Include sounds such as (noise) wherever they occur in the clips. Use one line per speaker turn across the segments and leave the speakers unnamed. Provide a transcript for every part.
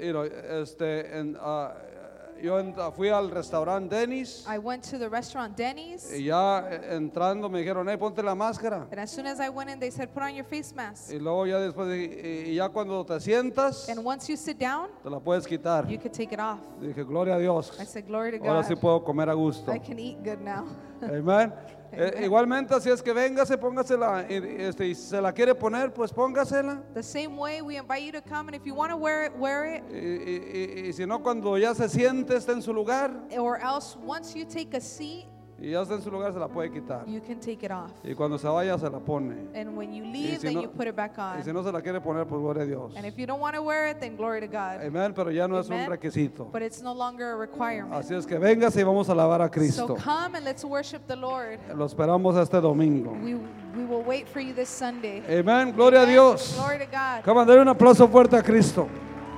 you know, este, en, ah, yo en- ah, fui al restaurante Dennis
I went to the restaurant Denny's,
y ya entrando me dijeron, hey, ponte la máscara.
and as soon as I went in, they said, Put on your face mask.
Y luego ya después, dije, y, y ya cuando te sientas,
And once you sit down,
te la puedes quitar.
you could take it off.
Dije, gloria a Dios.
I said, Glory to
Ahora
God.
sí puedo comer a gusto.
I can eat good now.
Amén. Eh, igualmente, así es que véngase, póngasela. Y, este, y si se la quiere poner, pues póngasela.
the same way, we invite you to come, and if you want to wear it, wear it.
Y, y- y- y si no, cuando ya se siente, está en su lugar.
Or else, once you take a seat,
Y ya está en su lugar, se la puede quitar.
you can take it off.
Y cuando se vaya, se la pone.
And when you
Y
leave,
si,
then
no,
you put it back
y si
on.
no se la quiere poner, pues gloria a Dios.
And if you don't want to wear it, then glory to God.
Amén, pero ya no es un
Amen.
requisito.
But it's no longer a requirement.
Así es que véngase y vamos a alabar a
So
Cristo.
come and let's worship the Lord.
Lo esperamos este domingo.
We, we will wait for you this Sunday.
Amén, gloria a
Amen.
Dios.
Glory to God.
Come on, dale un aplauso fuerte a Cristo.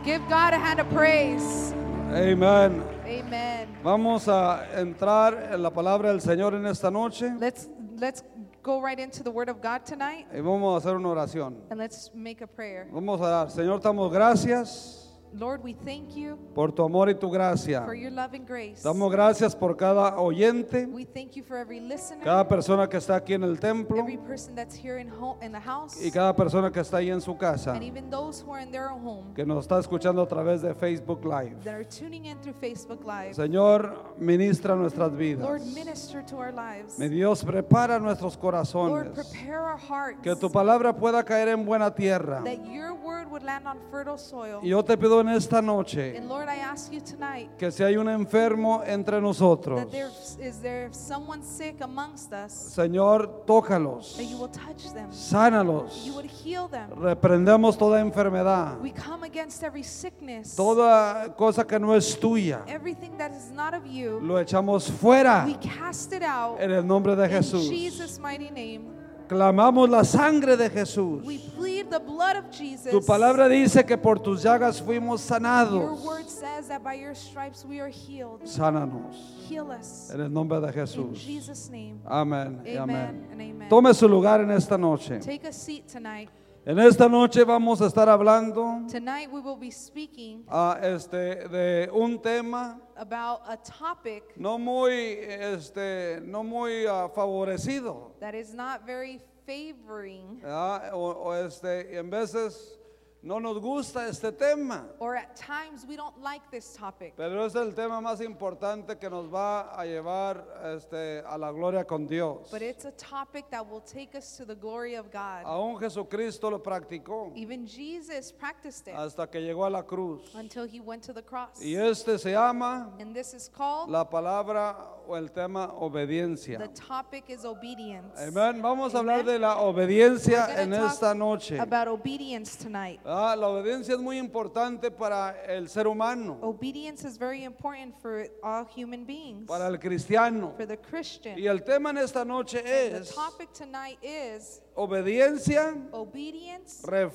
Give God a hand of praise.
Amén.
Amen.
Vamos a entrar en la palabra del Señor en esta noche
Let's let's go right into the Word of God tonight
y vamos a hacer una oración.
and let's make a prayer.
Vamos a orar. Señor, te damos gracias
Lord, we thank you
por tu amor y tu gracia.
for your love and grace.
Damos gracias por cada oyente,
We thank you for every listener,
cada persona que está aquí en el templo
every person that's here in home in the house,
y cada persona que está ahí en su casa,
and even those who are in their own home
que nos está escuchando a través de Facebook Live.
that are tuning in through Facebook Live.
Señor, ministra nuestras vidas.
Lord, minister to our lives.
Mi Dios, prepara nuestros
Lord,
corazones.
prepare our hearts
Que tu palabra pueda caer en buena tierra.
that your word would land on fertile soil.
Y yo te pido en esta noche
And Lord, I ask you tonight
que si hay un enfermo entre nosotros,
that there is there someone sick amongst us
Señor, tócalos,
that you will touch them, you
sánalos,
would heal them.
reprendemos toda enfermedad,
We come against every sickness,
toda cosa que no es tuya,
everything that is not of you.
lo echamos fuera
We cast it out
en el nombre de
in
Jesús.
Jesus' mighty name.
Clamamos la sangre de Jesús.
We plead the blood of Jesus.
Tu palabra dice que por tus llagas fuimos
your
sanados.
word says that by your stripes we are healed.
Sánanos
Heal us
en el nombre de
in
Jesús.
Jesus' name.
Amén y
Amen
amén.
and amen.
Tome su lugar en esta noche.
Take a seat tonight.
En esta noche vamos a estar hablando
Tonight we will be speaking
ah, este, de un tema
about a topic
no muy, este, no muy ah, favorecido.
that is not very favoring,
¿verdad? O, o, este, en veces no nos gusta este tema,
or at times we don't like this topic.
pero es el tema más importante que nos va a llevar este, a la gloria con Dios.
But it's a topic that will take us to the glory of God.
Aún Jesucristo lo practicó
Even Jesus practiced it
hasta que llegó a la cruz.
until he went to the cross.
Y este se llama
And this is called
la palabra o el tema
the
obediencia.
topic is obedience.
Amén. Vamos a hablar
Amen.
de la
We're
obediencia
gonna
en
talk
esta noche.
About obedience tonight.
Ah, la obediencia es muy importante para el ser humano,
Obedience is very important for all human beings,
para el cristiano.
for the Christian.
Y el tema en esta noche
The
es
topic tonight is
obediencia,
obedience.
ref-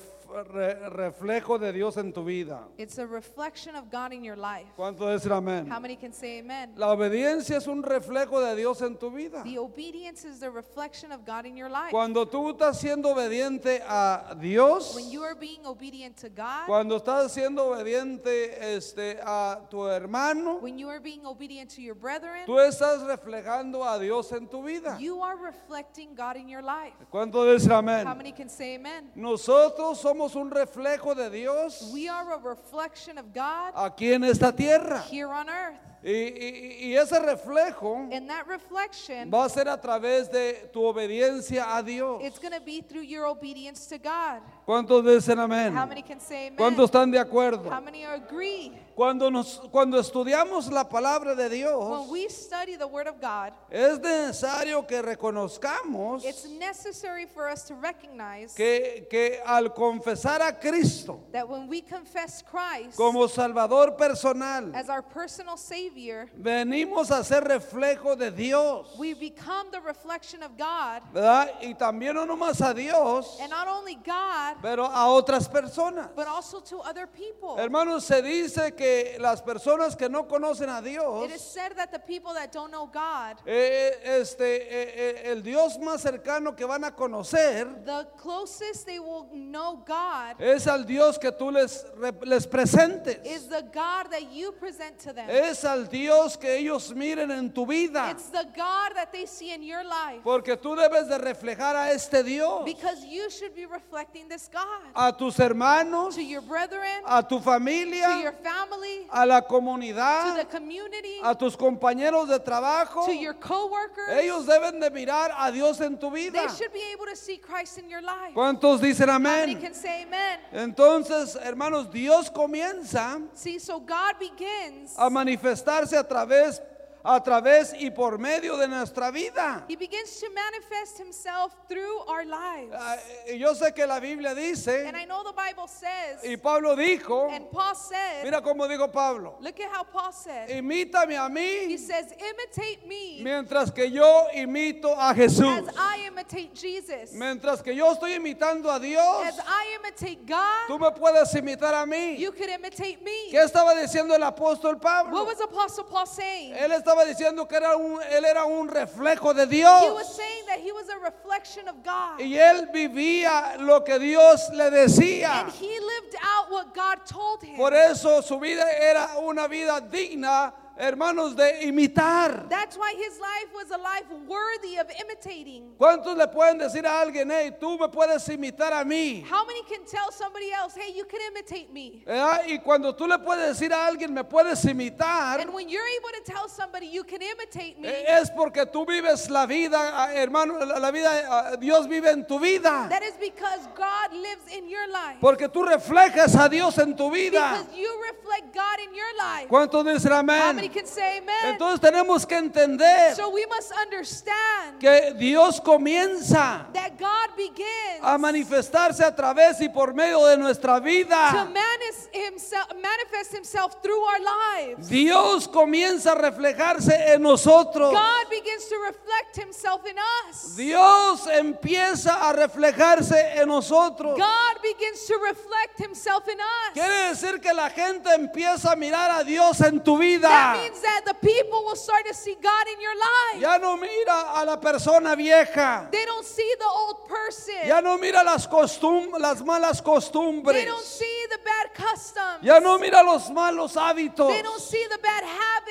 re- reflejo de Dios en tu vida.
It's a reflection of God in your life.
¿Cuánto decir amén?
How many can say amen?
La obediencia es un reflejo de Dios en tu vida.
The obedience is the reflection of God in your life.
Cuando tú estás siendo obediente a Dios,
When you are being obedient to God,
cuando estás siendo obediente este, a tu hermano,
when you are being obedient to your brethren,
tú estás reflejando a Dios en tu vida.
you are reflecting God in your life.
¿Cuánto decir
How
amén?
many can say amen?
Nosotros somos un reflejo de Dios
We are a reflection of God
aquí en esta tierra.
here on earth.
Y, y- y ese reflejo
And that reflection,
va a ser a través de tu obediencia a Dios.
it's going to be through your obedience to God.
¿Cuántos dicen amén?
How many can say
¿Cuántos
amen?
están de acuerdo?
How many agree?
Cuando, nos, cuando estudiamos la palabra de
When
Dios,
we study the Word of God,
es necesario que reconozcamos
it's necessary for us to recognize
que, que al confesar a Cristo
that when we confess Christ
como Salvador personal,
as our personal Savior,
Venimos a ser reflejo de Dios.
we become the reflection of God.
¿Verdad? Y también no nomás a Dios,
And not only God,
pero a otras personas.
but also to other people.
Hermanos, se dice que las personas que no conocen a
It is
Dios,
said that the people that don't know God,
eh, este, eh, eh, el Dios más cercano que van a conocer
the closest they will know God
es al Dios que tú les, re- les presentes.
is the God that you present to them.
Es al Dios que ellos miren en tu vida.
It's the God that they see in your life.
Porque tú debes de reflejar a este Dios,
Because you should be reflecting this God
a tus hermanos,
to your brethren,
a tu
to your
familia,
family,
a la
to the
comunidad,
community,
a tus compañeros de trabajo.
to your coworkers.
Ellos deben de mirar a Dios en tu vida.
They should be able to see Christ in your life.
¿Cuántos dicen
And they
amén?
can say amen.
Entonces, hermanos, Dios comienza
See, so God begins.
a manifestarse a través a través y por medio de nuestra vida.
He begins to manifest himself through our lives.
Ah, y Yo sé que la Biblia dice
And I know the Bible
y
says,
Pablo dijo,
and Paul said,
mira cómo dijo Pablo,
look at how Paul said.
imítame a
He
mí
says, imitate me
mientras que yo imito a Jesús.
as I imitate Jesus.
Mientras que yo estoy imitando a Dios,
As I imitate
tú
God,
me puedes imitar a mí.
you could imitate me.
¿Qué estaba diciendo el apóstol
What
Pablo?
was Apostle Paul saying?
Él estaba diciendo que era un, él era un reflejo de
He was
Dios.
saying that he was a reflection of God.
Y él vivía lo que Dios le decía.
And he lived out what God told him.
Por eso su vida era una vida digna, hermanos, de imitar.
That's why his life was a life worthy of imitating.
¿Cuántos le pueden decir a alguien, hey, tú me puedes imitar a mí?
How many can tell somebody else, hey, you can imitate me?
¿Verdad? Ah, Y cuando tú le puedes decir a alguien, me puedes imitar,
And when you're able to tell somebody you can imitate me,
eh, es porque tú vives la vida, ah, hermano, la la vida, ah, Dios vive en tu vida.
that is because God lives in your life.
Porque tú reflejas a Dios en tu vida.
Because you reflect God in your life.
¿Cuántos dicen
How many
amén?
can say amen?
Entonces tenemos que entender
So we must understand
que Dios comienza
that God
a
begins
manifestarse a través y por medio de nuestra
to
vida.
manis- himself, manifest himself through our lives.
Dios comienza a reflejarse en nosotros.
God begins to reflect himself in us.
Dios empieza a reflejarse en nosotros.
God begins to reflect himself in us.
Quiere decir que la gente empieza a mirar a Dios en tu vida.
That means that the people will start to see God in your life.
Ya no mira a la persona vieja.
They don't see the old person.
Ya no mira las costum las malas
They don't
costumbres.
see the bad customs.
Ya no mira los malos hábitos.
They don't see the bad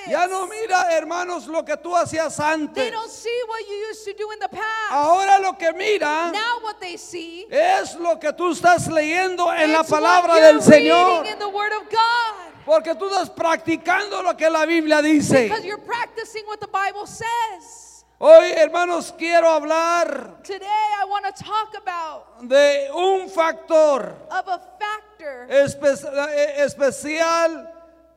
Ya no
habits.
mira, hermanos, lo que tú hacías
They
antes.
don't see what you used to do in the past.
Ahora lo que mira
Now what they see
es lo que tú estás leyendo en la
It's what
palabra
you're
del Señor.
reading in the Word of God.
Porque tú estás practicando lo que la Biblia dice.
Because you're practicing what the Bible says.
Hoy, hermanos, quiero hablar
Today, I want to talk about
de un factor
of a factor
espe- eh, especial,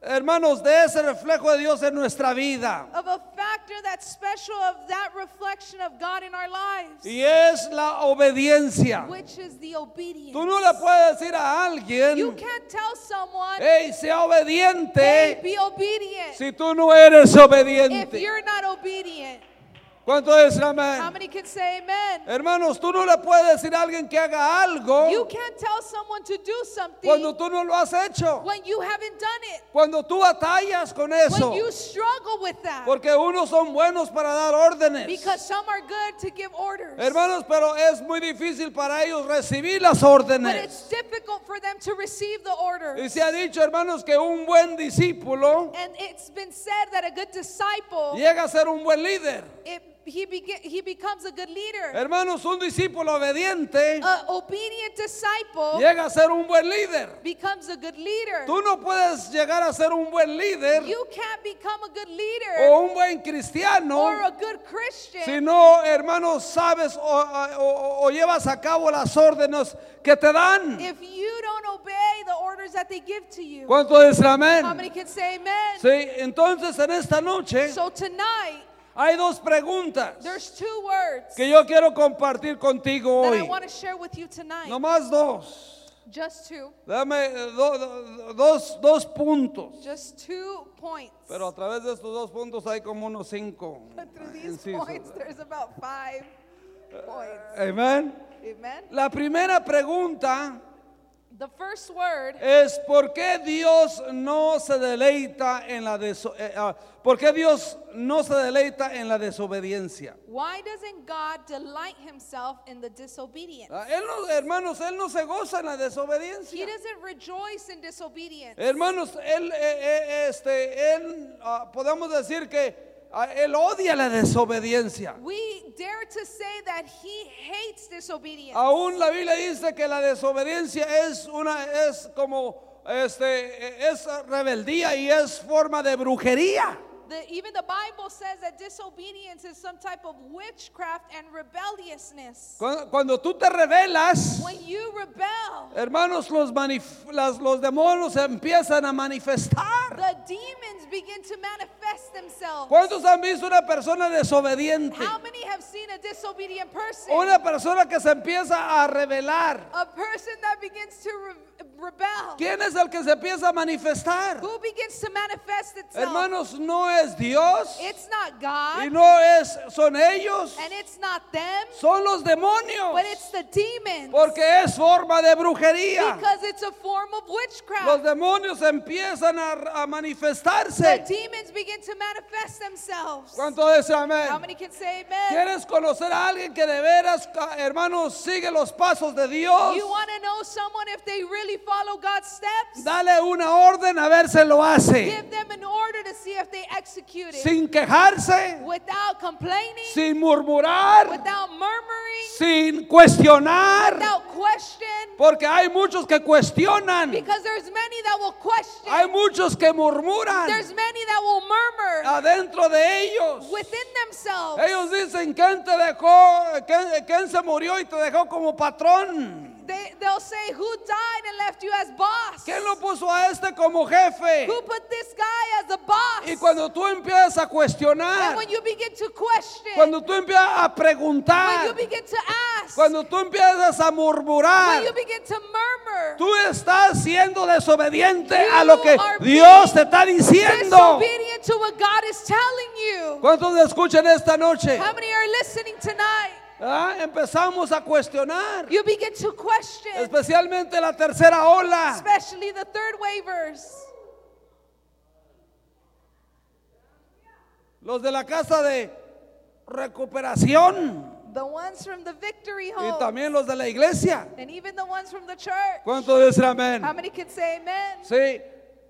hermanos, de ese reflejo de Dios en nuestra vida.
of a factor that's special of that reflection of God in our lives,
Y es la obediencia.
which is the
Tú no le
obedience.
puedes decir a
You
alguien,
can't tell someone,
hey, sea
"Hey,
obediente,
be obedient,"
si tú no eres
if
obediente.
you're not obedient.
¿Cuánto es
How
amén?
many can say amen?
Hermanos, tú no le puedes decir a alguien que haga algo
You can't tell someone to do
cuando
something
tú Oh. no lo has hecho,
when you haven't done it.
cuando tú batallas con eso,
When you struggle with that.
porque unos son buenos para dar órdenes.
Because some are good to give orders.
Hermanos, pero es muy difícil para ellos recibir las
But
órdenes.
it's difficult for them to receive the order.
Y se ha dicho, hermanos, que un buen discípulo
And it's been said that a good disciple,
llega a ser un buen líder.
it, he, bege- he becomes a good leader.
Hermanos, un discípulo obediente
An obedient disciple
llega a ser un buen líder.
becomes a good leader.
Tú no puedes llegar a ser un buen líder
You can't become a good
o
leader
un buen
or
cristiano
a good Christian
si no, hermanos, sabes o, o- o llevas a cabo las órdenes que te dan.
if you don't obey the orders that they give to you.
¿Cuánto es
How
amén?
many can say amen?
Sí, entonces en esta noche
So tonight,
hay dos preguntas
there's two words
que yo quiero compartir contigo
that I
hoy.
want to share with you tonight.
Nomás dos.
Just two.
Dame eh, do- do- dos, dos puntos.
Just two points.
Pero a través de estos dos puntos hay como unos cinco.
But (laughs) through these
incisos.
points, there's about five points.
Amén.
Amen.
La primera pregunta
The first word
es por qué Dios no se deleita en la deso- eh, ah, por qué Dios no se deleita en la desobediencia.
Why doesn't God delight himself in the disobedient?
Ah, Él no- hermanos, él no se goza en la
He
desobediencia.
doesn't rejoice in disobedience.
Hermanos, él, eh, eh, este, él, ah, podemos decir que ah, él odia la desobediencia.
We dare to say that he hates disobedience.
Aún la Biblia dice que la desobediencia es una es como este eh, es rebeldía y es forma de brujería.
The, even the Bible says that disobedience is some type of witchcraft and rebelliousness.
Cuando, cuando tú te rebelas,
When you rebel,
hermanos, los manif- las- los demonios se empiezan a manifestar.
the demons begin to manifest themselves.
¿Cuántos han visto una persona desobediente?
How many have seen a disobedient person?
Una persona que se empieza a rebelar.
A person that begins to re- rebel.
¿Quién es el que se empieza a manifestar?
Who begins to manifest itself?
Hermanos, no es Dios
It's not God
y no es son ellos,
and it's not them,
son los demonios.
but it's the demons
Porque es forma de brujería.
because it's a form of witchcraft.
Los demonios empiezan a, a
the
manifestarse.
demons begin to manifest themselves.
¿Cuánto dice
How
amén?
many can say amen?
¿Quieres conocer a alguien que de veras, ca- hermanos, sigue los pasos de Dios?
You want to know someone if they really follow God's steps?
Dale una orden a ver si lo hace.
Give them an order to see if they execute it.
Sin quejarse,
without complaining,
sin murmurar,
without murmuring,
sin cuestionar.
without question.
Porque hay muchos que cuestionan.
Because there's many that will question.
Hay muchos que murmuran
There's many that will murmur
Ah. adentro de ellos.
within themselves.
Ellos dicen, ¿quién te dejó? ¿Quién, quién se murió y te dejó como patrón?
They, they'll say, Who died and left you as boss?
¿Quién lo puso a este como jefe?
Who put this guy as a boss?
Y cuando tú empiezas a
and
cuestionar,
when you begin to question,
cuando tú empiezas a
when you
preguntar,
begin to ask,
cuando tú empiezas a murmurar,
when you begin to murmur,
tú estás siendo desobediente
You
a lo que
are
Dios te está diciendo.
disobedient to what God is telling you.
¿Cuántos escuchan esta noche?
How many are listening tonight?
Ah, Empezamos a cuestionar,
You begin to question,
especialmente la tercera ola.
especially the third waivers.
Los de la casa de recuperación
The ones from the victory
y
home,
también los de la iglesia.
and even the ones from the church.
¿Cuánto dicen amén?
How many can say amen?
Sí.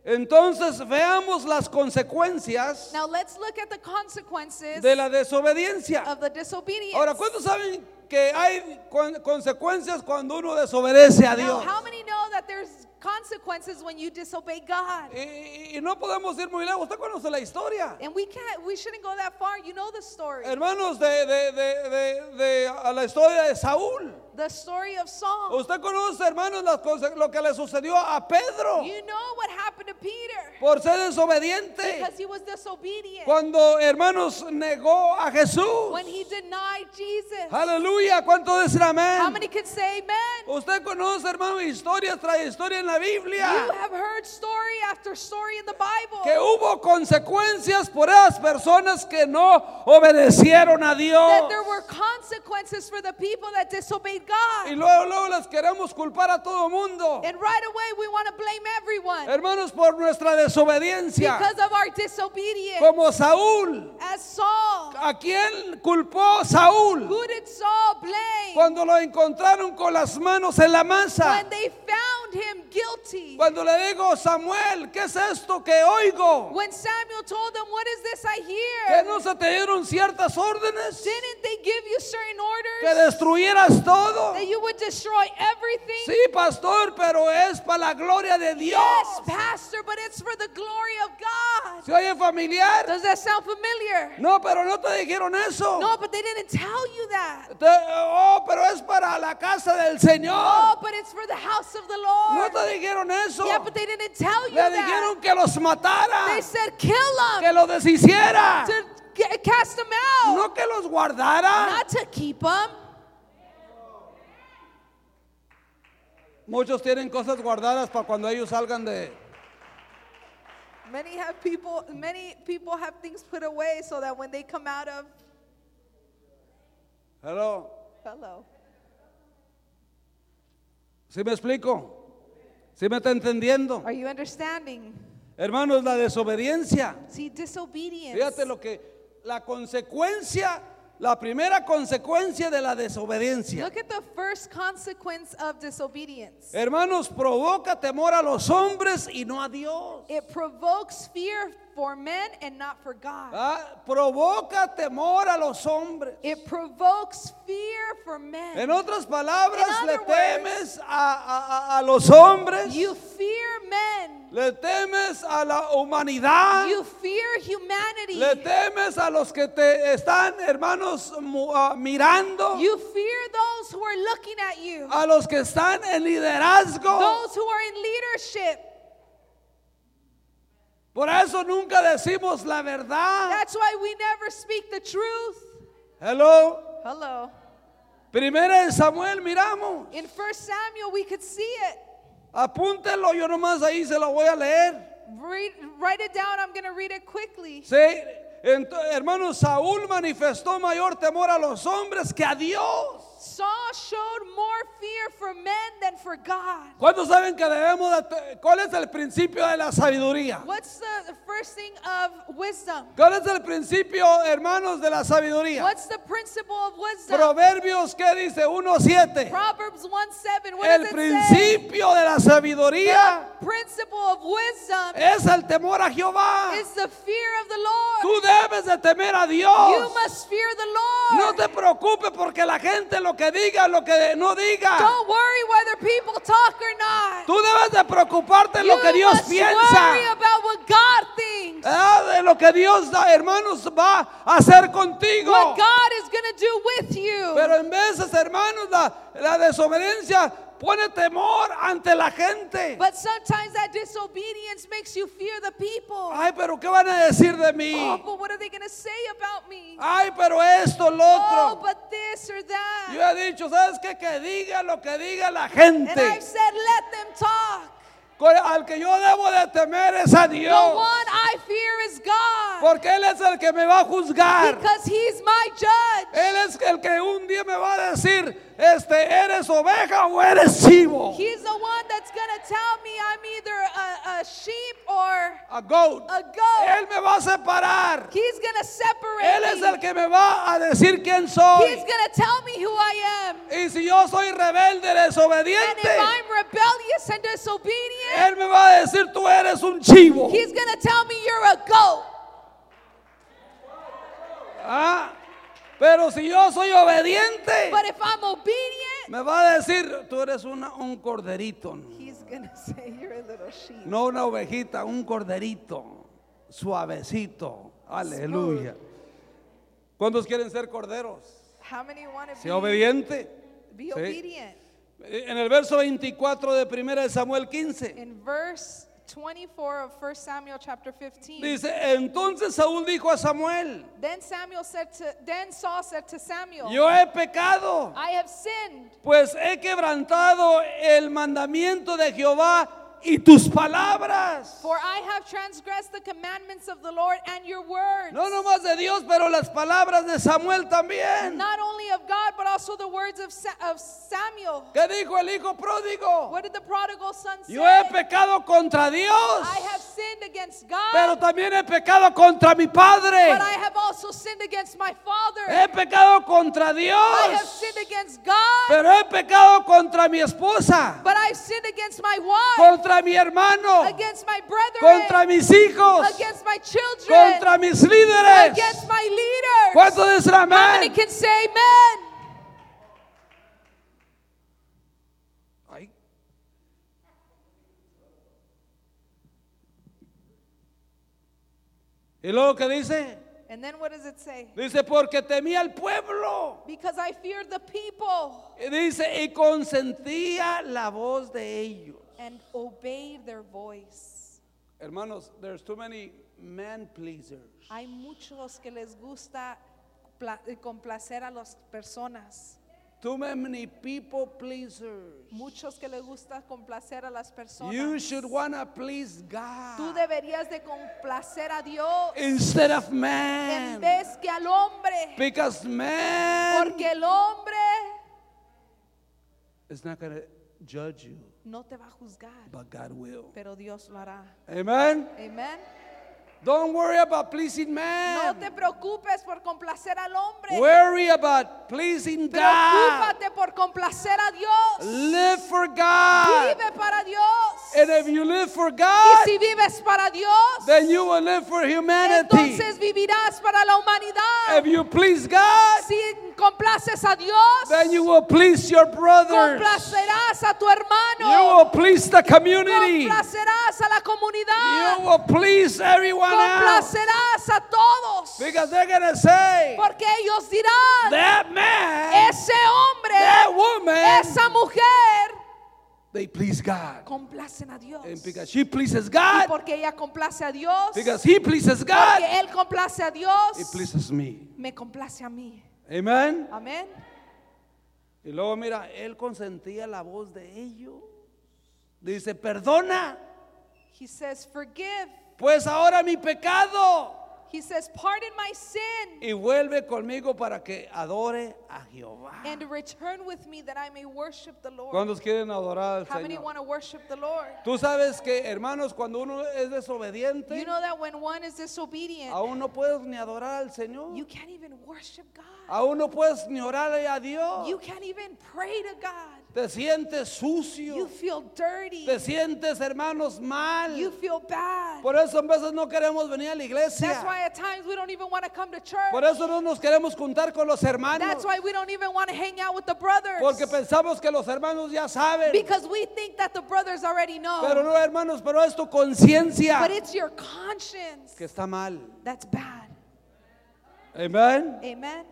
Entonces veamos las consecuencias
Now let's look at the consequences
de la desobediencia.
of the disobedience.
Ahora, ¿cuántos saben que hay con- consecuencias cuando uno desobedece a
now,
Dios?
how many know that there's consequences when you disobey God?
Eh. Y, y no podemos ir muy lejos. Usted conoce la historia.
And we can't, we shouldn't go that far. You know the story.
Eh. Hermanos, de, de- de- de- de- a la historia de Saúl.
The story of Saul.
Usted conoce, hermanos, las conse- lo que le sucedió a Pedro.
You know what happened to Peter
por ser desobediente.
because he was disobedient
Cuando hermanos negó a Jesús.
when he denied Jesus.
Aleluya, ¿cuánto dicen
How
amén?
many can say amen?
Usted conoce, hermano, historias tras historia en la
You
Biblia.
have heard story after story in the Bible.
Que hubo consecuencias por esas personas que no obedecieron a
that
Dios.
there were consequences for the people that disobeyed God.
Y luego, luego las queremos culpar a todo mundo.
And right away, we want to blame everyone
Hermanos, por nuestra desobediencia.
because of our disobedience.
Como Saúl.
As Saul,
¿A quién culpó Saúl?
who did Saul blame
Cuando lo encontraron con las manos en la masa.
when they found him guilty?
Cuando le digo, Samuel, ¿qué es esto que oigo?
When Samuel told them, What is this I
¿Que
hear?
no se te dieron ciertas órdenes?
Didn't they give you certain
¿Que
orders
destruyeras todo?
that you would destroy everything?
Sí, pastor, pero es para la gloria de Dios.
Yes, Pastor, but it's for the glory of God.
¿Se oye familiar?
Does that sound familiar?
No, pero no te dijeron eso.
No, but they didn't tell you that.
Te- oh, pero es para la casa del Señor.
Oh, but it's for the house of the
No
Lord.
te dijeron eso.
Yeah, but they didn't tell you
Le
that.
dijeron que los matara,
pues, They said, kill them
que los deshiciera,
to ca- cast them out,
no que los guardara.
not to keep them.
Muchos tienen cosas guardadas para cuando ellos salgan de...
Many have people many people have things put away so that when they come out of
Hello.
hello.
¿Sí me explico? ¿Sí me está entendiendo?
Are you understanding?
Hermanos, la desobediencia.
See disobedience.
Fíjate lo que la consecuencia, la primera consecuencia de la desobediencia.
Look at the first consequence of disobedience.
Hermanos, provoca temor a los hombres y no a Dios.
It provokes fear for men and not for God.
Ah, Provoca temor a los hombres.
It provokes fear for men.
En otras palabras,
In
le
other
temes a, a- a- a los hombres,
You fear men.
le temes a la humanidad,
You fear humanity.
le temes a los que te están, hermanos, mu- ah, mirando,
You fear those who are looking at you.
a los que están en liderazgo.
Those who are in leadership.
Por eso nunca decimos la verdad.
That's why we never speak the truth.
Hello.
Hello.
Primera de Samuel, miramos.
In 1 Samuel, we could see it.
Apúntelo, yo nomás ahí se lo voy a leer.
Read, write it down. I'm going to read it quickly.
Sí, ento- hermano, Saúl manifestó mayor temor a los hombres que a Dios.
Saul showed more fear for men than for God.
¿Cuántos saben que debemos de te- cuál es el principio de la sabiduría?
What's the first thing of wisdom?
¿Cuál es el principio, hermanos, de la sabiduría?
What's the principle of wisdom?
Proverbios que dice 1:7.
Proverbs 1 7. What
El
does it say?
principio de la sabiduría
The principle of wisdom
es el temor a Jehová.
is the fear of the
Tú
Lord.
debes de temer a
You
Dios.
must fear the
No
Lord.
te preocupes porque la gente lo que diga, lo que no diga.
Don't worry whether people talk or not.
Tú debes de preocuparte en
You
lo que Dios
must worry
piensa.
about what God thinks.
Ah, de lo que Dios, da, hermanos, va a hacer contigo.
What God is going to do with you.
Pero en veces, hermanos, la, la desobediencia pone temor ante la gente.
But sometimes that disobedience makes you fear the people.
Ay, pero ¿qué van a decir de
Oh,
mí?
but what are they going to say about me?
Ay, pero esto, lo
Oh, pues.
otro.
but this or
Yo
that.
he dicho, ¿sabes qué? Que diga lo que diga la
And I've
gente.
said, let them talk.
Co- Al que yo debo de temer es a
The one
Dios.
I fear is God
Porque Él es el que me va a juzgar.
because he's my judge.
Él es el que un día me va a decir, este, ¿eres oveja o eres chivo?
He's the one that's going to tell me I'm either a, a sheep or
A goat.
a goat.
Él me va a separar.
He's going to
Él es el
separate me.
que me va a decir quién
He's
soy.
going to tell me who I am.
Y si yo soy rebelde,
And
desobediente,
if I'm rebellious and disobedient,
Él me va a decir, tú eres un chivo.
he's going to tell me you're a goat.
Ah, Pero si yo soy obediente,
But if I'm obedient,
me va a decir, tú eres una- un corderito. ¿no?
he's going to (laughs) say you're a little sheep.
No una ovejita, un corderito, suavecito. Aleluya. ¿Cuántos quieren ser corderos?
How many want to
Sea
be,
obediente.
be
Sí.
obedient?
En el verso 24 de 1 de Samuel 15
In verse 24 of 1 Samuel chapter 15,
dice, entonces Saúl dijo a Samuel,
then Samuel said to then Saul said to Samuel,
yo he pecado,
I have sinned
pues he quebrantado el mandamiento de Jehová y tus palabras.
for I have transgressed the commandments of the Lord and your words.
No nomás de Dios, pero las palabras de Samuel también.
Not only of God but also the words of Sa- of Samuel.
¿Qué dijo el hijo pródigo?
What did the prodigal son say?
Yo eh, he pecado contra Dios,
I have sinned against God,
pero también he pecado contra mi
but
padre.
I have also sinned against my father.
He pecado contra
I have
Dios,
sinned against God,
pero he pecado contra mi esposa,
but I've sinned against my wife,
contra mi hermano,
against my brethren,
contra mis hijos,
against my children,
contra mis líderes.
against my leaders.
¿Cuántos dicen
How many
amén?
can say amen?
Ay. ¿Y luego qué dice?
And then what does it say?
Dice, porque temía al pueblo.
Because I feared the people
Y Dice, y consentía la voz de ellos.
and obeyed their voice.
Hermanos, there's too many man pleasers.
Hay eh, muchos que les gusta pla- complacer a las personas.
Too many people pleasers.
Muchos que le gusta complacer a las personas.
You should want to please
Tú
God
deberías de complacer a Dios
instead of
en
man.
vez que al hombre,
Because man
porque el hombre
is not going to judge you,
no te va a juzgar,
but God will.
pero Dios lo hará.
Amen.
Amén.
Don't worry about pleasing
No
man.
te preocupes por complacer al hombre.
Worry about pleasing God.
Preocúpate por complacer a Dios.
Live for God.
Vive para Dios.
And if you live for
Y
God,
si vives para Dios,
then you will live for humanity.
entonces vivirás para la humanidad.
If you please God,
Si complaces a Dios,
then you will please your brothers.
complacerás a tu
You
hermano.
will please the community.
Complacerás a la
You
comunidad.
will please everyone else.
Complacerás a todos.
Because they're going to say,
Porque ellos dirán,
that man,
ese hombre,
that woman,
esa mujer,
they please God.
complacen a Dios.
And because she pleases
Y
God,
porque ella complace a Dios,
because he pleases God,
porque él complace a
he
Dios,
pleases me.
me complace a mí.
Amen.
Amén.
Y luego mira, él consentía la voz de ellos. Dice, perdona,
He says, forgive.
pues ahora mi pecado.
He says, pardon my sin
y vuelve conmigo para que adore a Jehová.
and return with me that I may worship the Lord.
¿Cuántos quieren adorar al
How many
Señor?
want to worship the Lord?
Tú sabes que, hermanos, cuando uno es desobediente,
You know that when one is disobedient,
aún no puedes ni adorar al
you
Señor.
can't even worship God.
Aún no puedes ni orarle a Dios.
You can't even pray to God.
Te sientes
You
sucio.
feel dirty.
Te sientes, hermanos,
You
mal.
feel bad.
Por eso a veces no queremos venir a la
That's
iglesia.
why at times we don't even want to come to
Por
church.
eso no nos queremos juntar con los hermanos.
That's why we don't even want to hang out with the brothers.
Porque pensamos que los hermanos ya saben.
Because we think that the brothers already
Pero
know.
no, hermanos, pero es tu conciencia
But it's your conscience
que está mal.
that's bad.
Amén.
Amen.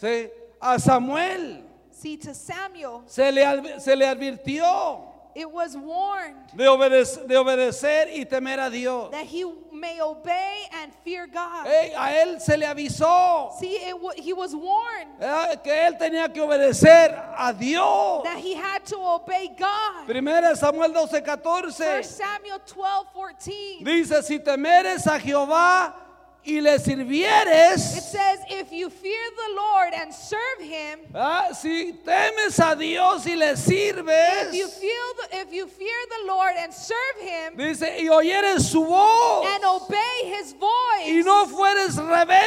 Sí. A Samuel
See, to Samuel,
se le, adv- se le advirtió
it was warned
de, obede- de obedecer y temer a Dios.
that he may obey and fear God.
Ey, a él se le avisó
See, it wa- he was warned
eh, que él tenía que obedecer a Dios.
that he had to obey God.
Primera Samuel
1
12:14
Samuel 12 14.
dice, si temeres a Jehová y le
It
sirvieres,
says, If you fear the Lord and serve him,
ah, si temes a Dios y le
if you,
sirves,
feel the, if you fear the Lord and serve him
dice, y oyeres su voz
and obey his
y
voice
no fueres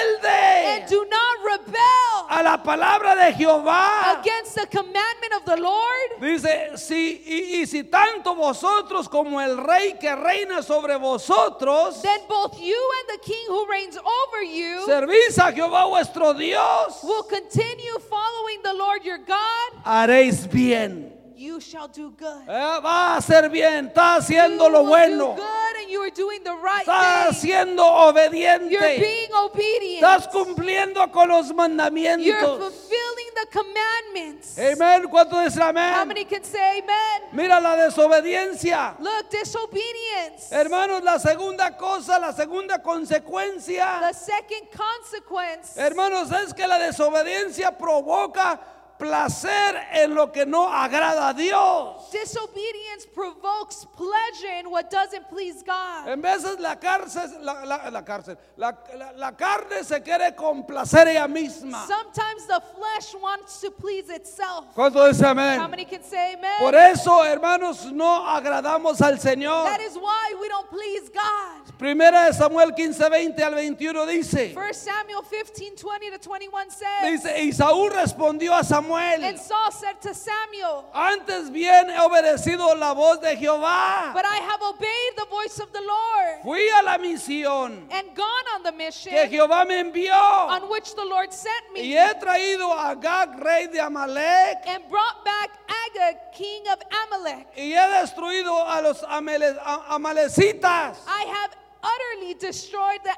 rebelde.
and do not rebel
a la palabra de Jehová.
against the commandment of the Lord,
Dice, si, y, y si tanto vosotros como el rey que reina sobre vosotros,
then both you and the king who reigns over you
servís a Jehová vuestro Dios,
will continue following the Lord your God,
haréis bien.
you shall do good.
Eh, va a hacer bien, está
You
haciendo
will
lo
do
bueno,
good and you are doing the
está
right thing.
siendo
You're
obediente,
being obedient.
estás cumpliendo con los
You're
mandamientos.
fulfilling the commandments.
Amén, ¿cuánto dicen
How
amén?
many can say amen?
Mira la desobediencia.
Look, disobedience.
Hermanos, la segunda cosa, la segunda consecuencia.
The second consequence
Hermanos, es que la desobediencia provoca placer en lo que no agrada a Dios.
disobedience provokes pleasure in what doesn't please God.
En veces la cárcel, la, la- la cárcel, la, la- la carne se quiere complacer ella misma.
Sometimes the flesh wants to please itself.
¿Cuánto dice
How
amén?
many can say
Por
amen?
eso, hermanos, no agradamos al Señor.
That is why we don't please God.
Primera de Samuel 15, 20 al 21 dice.
1 Samuel 15 20 to 21 says,
Dice, y Saúl respondió a
And
Samuel,
Saul said to Samuel,
antes bien he obedecido la voz de Jehová.
But I have obeyed the voice of the Lord
Fui a la misión
and gone on the
que
mission
Jehová me envió
on which the Lord sent me.
y he traído a Agag, rey de Amalek,
and brought back Agag, king of Amalek.
y he destruido a los amele- a- amalecitas.
I have utterly destroyed the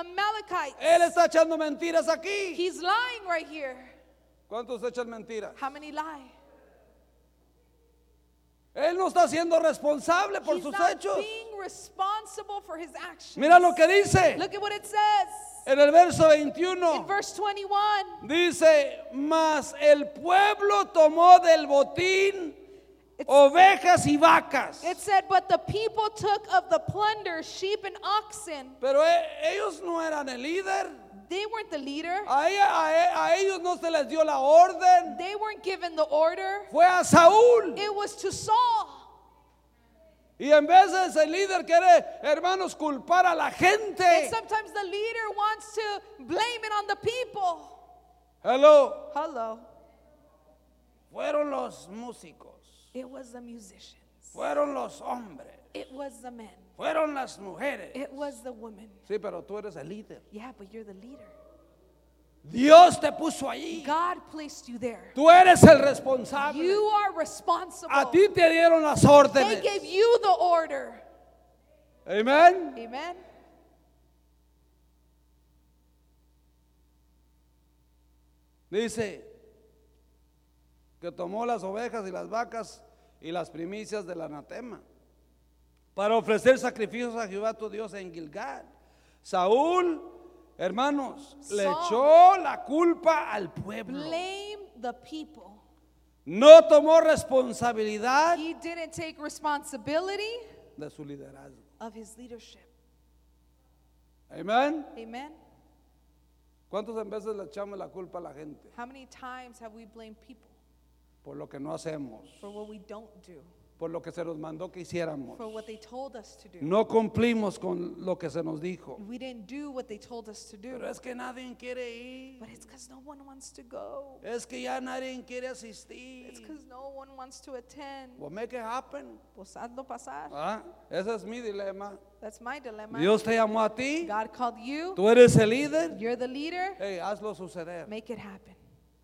Amalekites.
Él está echando mentiras aquí.
He's lying right here.
¿Cuántos echan mentiras?
How many lie?
Él no está siendo responsable por
He's
sus
not
hechos.
being responsible for his actions.
Mira lo que dice Oh.
Look at what it says
en el verso
in
21.
verse 21.
Dice, mas el pueblo tomó del botín
It's-
ovejas y vacas.
It said, But the people took of the plunder sheep and oxen.
Pero e- ellos no eran el líder.
They weren't the leader,
A, e- a e- a ellos no se les dio la orden.
they weren't given the order.
Fue a Saúl.
It was to Saul.
Y en veces el líder quiere, hermanos, culpar a la gente.
And sometimes the leader wants to blame it on the people.
Hello.
Hello.
Fueron los músicos.
It was the musicians,
Fueron los hombres.
it was the men,
Fueron las mujeres.
it was the women.
Sí, pero tú eres el líder.
Yeah, but you're the leader.
Dios te puso allí.
God placed you there.
Tú eres el responsable.
You are responsible.
A ti te dieron las
They
órdenes.
gave you the order.
Amén.
Amen.
Dice que tomó las ovejas y las vacas y las primicias del anatema para ofrecer sacrificios a Jehová tu Dios en Gilgal. Saúl, hermanos, le
Saul
echó la culpa al pueblo.
Blame the people.
No tomó responsabilidad
He didn't take responsibility
de su liderazgo.
of his leadership.
Amén.
Amen.
¿Cuántas veces le echamos la culpa a la gente
How many times have we blamed people
por lo que no hacemos,
for what we don't do,
por lo que se nos mandó que hiciéramos?
for what they told us to do?
No cumplimos con lo que se nos dijo.
We didn't do what they told us to do.
Pero es que nadie quiere ir.
But it's because no one wants to go.
Es que ya nadie quiere
It's
asistir.
because no one wants to attend.
Well, make it happen.
Pues hazlo pasar.
Ah, Ese es mi dilema.
That's my dilemma.
Dios te llamó a ti.
God called you.
Tú eres el líder.
You're the leader.
Hey, hazlo suceder.
Make it happen.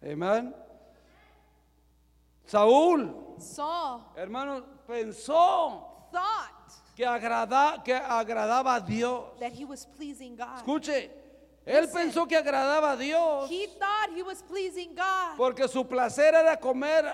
Amén. Saúl,
Saul
hermano, pensó
thought
que, agrada- que agradaba a Dios.
that he was pleasing God.
Escuche, él pensó que agradaba a Dios
He thought he was pleasing God
porque su placer era comer,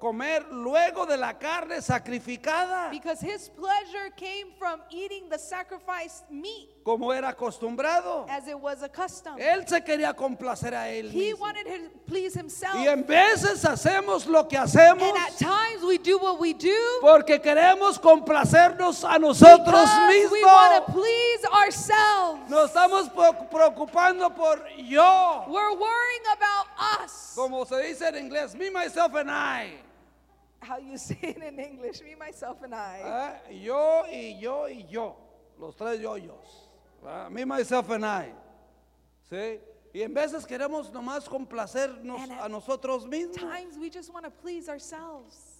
comer luego de la carne sacrificada,
because his pleasure came from eating the sacrificed meat
como era acostumbrado.
as it was a custom.
Él se quería complacer a él.
He
mismo.
wanted to please himself.
Y en veces hacemos lo que hacemos
And at times we do what we do
porque queremos complacernos a nosotros
because we want to
mismos.
please ourselves.
Nos estamos pro- preocupando por yo,
We're worrying about us.
como se dice en inglés, me, myself and I.
How you (laughs) say it in English, me, myself, and I.
Ah, Yo y yo y yo, los tres yoyos. Ah, Me, myself and I. ¿Sí? Y en veces queremos nomás complacernos
And at
a nosotros mismos.
Times we just want to please ourselves.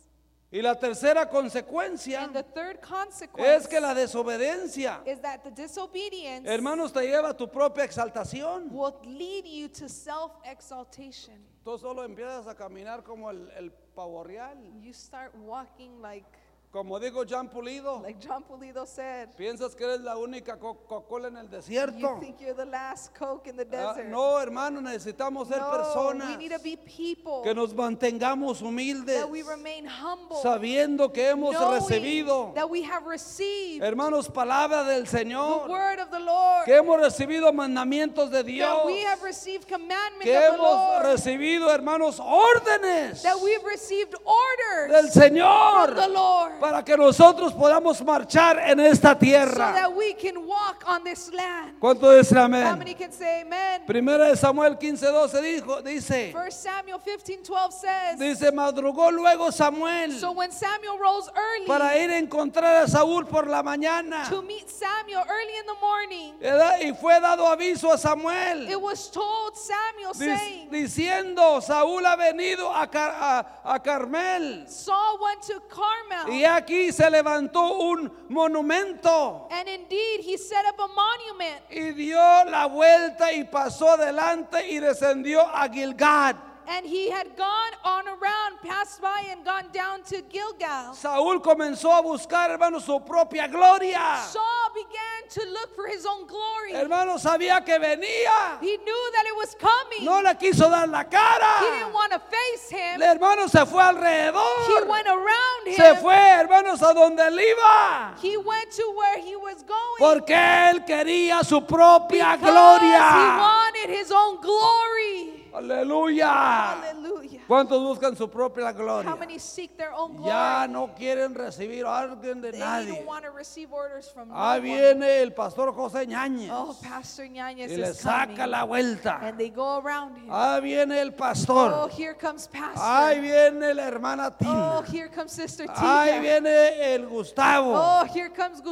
Y la tercera consecuencia
And the third
es
consequence
que la desobediencia,
is that the disobedience
hermanos, te lleva a tu propia exaltación.
will lead you to self exaltation.
Tú solo empiezas a caminar como el, el pavo real.
You start walking like,
Como digo Jean Pulido,
like John Pulido said.
piensas que eres la única Coca-Cola en el
You
desierto.
think you're the last Coke in the
Ah,
desert.
no, hermano, necesitamos ser
No, we
personas.
need to be people
Que nos mantengamos humildes,
that we remain humble,
sabiendo que hemos
knowing
recibido,
that we have received
hermanos, palabra del
the
Señor,
word of the Lord,
que hemos recibido mandamientos de Dios,
that we have received commandment
que
of the
hemos
Lord,
recibido, hermanos, órdenes
that we've received orders
del Señor,
from the Lord,
para que nosotros podamos marchar en esta
so
tierra.
that we can walk on this land.
¿Cuánto dicen
How
amén?
many can say amen?
Primera de Samuel 15:12 dijo, dice,
1 Samuel 15 12 says,
dice, madrugó luego Samuel
So when Samuel rose early
para ir a encontrar a Saúl por la mañana.
to meet Samuel early in the morning,
Era- Y fue dado aviso a Samuel
it was told Samuel,
dis-
saying,
diciendo, Saúl ha venido a, Car- a- a Carmel
Saul went to Carmel,
y aquí se levantó un monumento
and indeed he set up a monument,
y dio la vuelta y pasó adelante y descendió a Gilgad.
And he had gone on around, passed by, and gone down to Gilgal.
Saúl comenzó a buscar, hermano, su propia gloria.
Saul began to look for his own glory.
Hermano, sabía que venía.
He knew that it was coming.
No le quiso dar la
He didn't
cara.
want to face him.
El hermano se fue
He
alrededor.
went around
Se
him.
fue, hermanos, a donde él iba.
He went to where he was going.
Porque él quería su propia
because He
gloria.
wanted his own glory.
Aleluya.
Hallelujah.
¿Cuántos buscan su propia
How
gloria?
many seek their own glory?
Ya no quieren recibir orden de
they
nadie. Ah,
don't want to receive orders from no
Ahí
one.
viene el pastor José Ñañez
Oh, Pastor Yanez
y le
is
saca
coming.
la vuelta.
And they go around him.
Ahí viene el
Oh,
pastor.
here comes Pastor.
Ahí viene la hermana
oh,
Tina.
here comes Sister
Ahí
Tina.
viene el Gustavo
oh, here comes
y le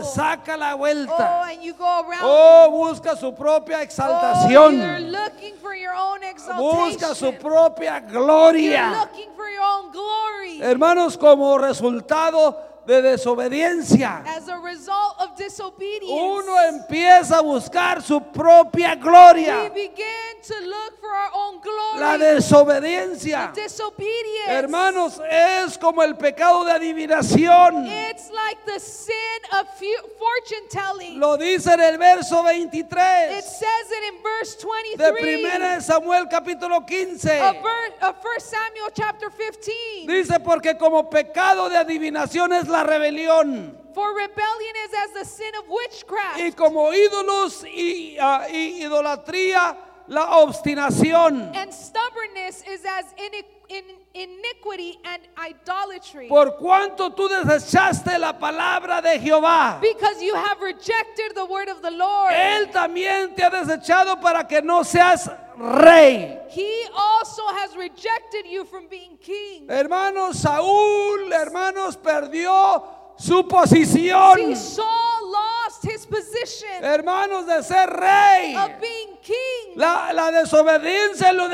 Gustavo.
saca la
oh,
vuelta.
and you go around
Oh, busca su propia
Oh, you're
exaltación.
looking for your own exaltation.
Busca su propia
You're
gloria.
looking for your own glory.
Hermanos, como resultado de desobediencia,
As a result of disobedience,
uno empieza a buscar su propia gloria.
we begin to look for our own glory.
La desobediencia,
disobedience.
hermanos, es como el pecado de adivinación.
It's like the sin of fu- fortune telling.
Lo dice en el verso
It
23
says it in verse 23
de primera de Samuel capítulo 15.
of, ver- of 1 Samuel chapter 15.
Dice porque como pecado de adivinación es la rebelión
For rebellion is as the sin of witchcraft.
y como ídolos y, ah, y idolatría la obstinación.
And stubbornness is as ini- in- iniquity and idolatry.
Por cuanto tú desechaste la palabra de Jehová,
because you have rejected the word of the Lord.
Él también te ha desechado para que no seas rey.
he also has rejected you from being king.
Hermanos, Saúl, hermanos, perdió su posición.
See, Saul lost his position
Hermanos, de ser rey.
of being king.
La, la desobediencia lo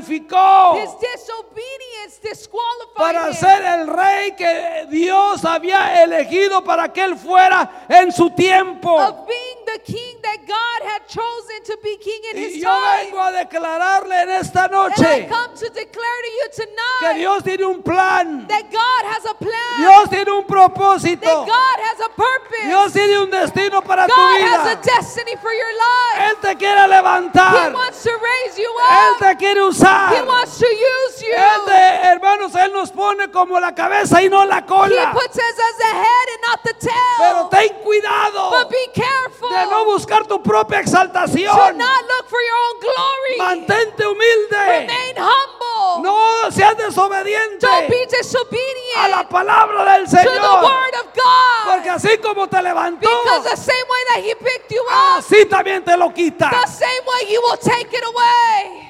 descalificó
His disobedience disqualified
para
him
ser el rey que Dios había elegido para que él fuera en su tiempo.
of being the king that God had chosen to be king in
Y
his
yo
time.
vengo a declararle en esta
and I
noche
come to declare to you
que
tonight
Dios tiene un plan,
that God has a plan.
Dios tiene un
that
propósito,
God has a purpose.
Dios tiene un destino para tu
God has
vida.
a destiny for your life.
Él te quiere
He
levantar,
wants to raise you
Él
up.
te quiere usar.
He wants to use you.
Él te- hermanos, Él nos pone como la cabeza y no la
He
cola.
puts us as the head and not the
Pero
tail.
ten cuidado
But be careful
de no buscar tu propia
to
exaltación.
not look for your own glory.
Mantente humilde.
Remain humble.
No seas desobediente
Don't be
a la
disobedient
palabra del
to the
Señor.
word of God.
Porque así como te levantó,
Because the same way that He picked you up,
así también te lo quita.
the same way He will take it away.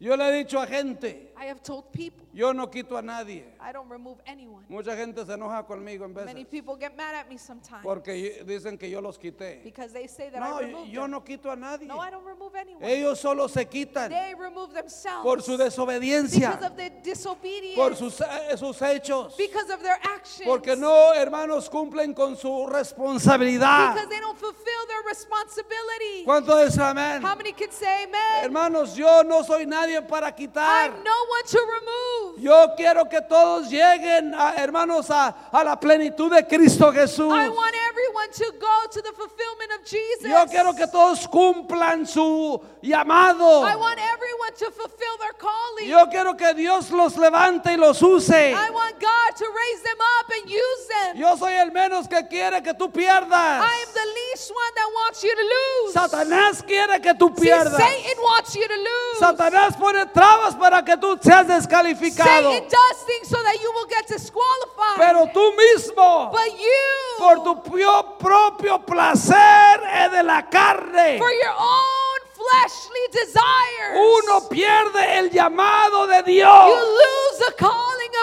Yo le he dicho a gente,
I have told people,
yo no quito a nadie.
I don't remove anyone.
Mucha gente se enoja conmigo en
Many
veces
people get mad at me sometimes
porque dicen que yo los quité.
because they say that
No,
I remove
yo
them.
no quito a nadie.
No, I don't remove anyone.
Ellos solo se quitan
They remove themselves
por su desobediencia,
because of their disobedience,
por sus, eh, sus hechos,
because of their actions,
porque no, hermanos, cumplen con su responsabilidad.
because they don't fulfill their responsibility.
¿Cuánto es amén?
How many can say amen?
Hermanos, yo no soy nadie para quitar.
I'm no one to remove.
Yo quiero que todos lleguen, a- hermanos, a, a la plenitud de Cristo Jesús.
I want everyone to go to the fulfillment of Jesus.
Yo quiero que todos cumplan su llamado.
I want everyone to fulfill their calling.
Yo quiero que Dios los levante y los use.
I want God to raise them up and use them.
Yo soy el menos que quiere que tú pierdas.
I am the least one that wants you to lose.
Satanás quiere que tú
See,
pierdas.
Satan wants you to lose.
Satanás pone trabas para que tú seas descalificado.
Satan does things so that you will get disqualified.
Pero tú mismo,
but you,
por tu pio- propio placer eh, de la carne,
for your own fleshly desires,
uno pierde el llamado de
you
Dios.
lose the calling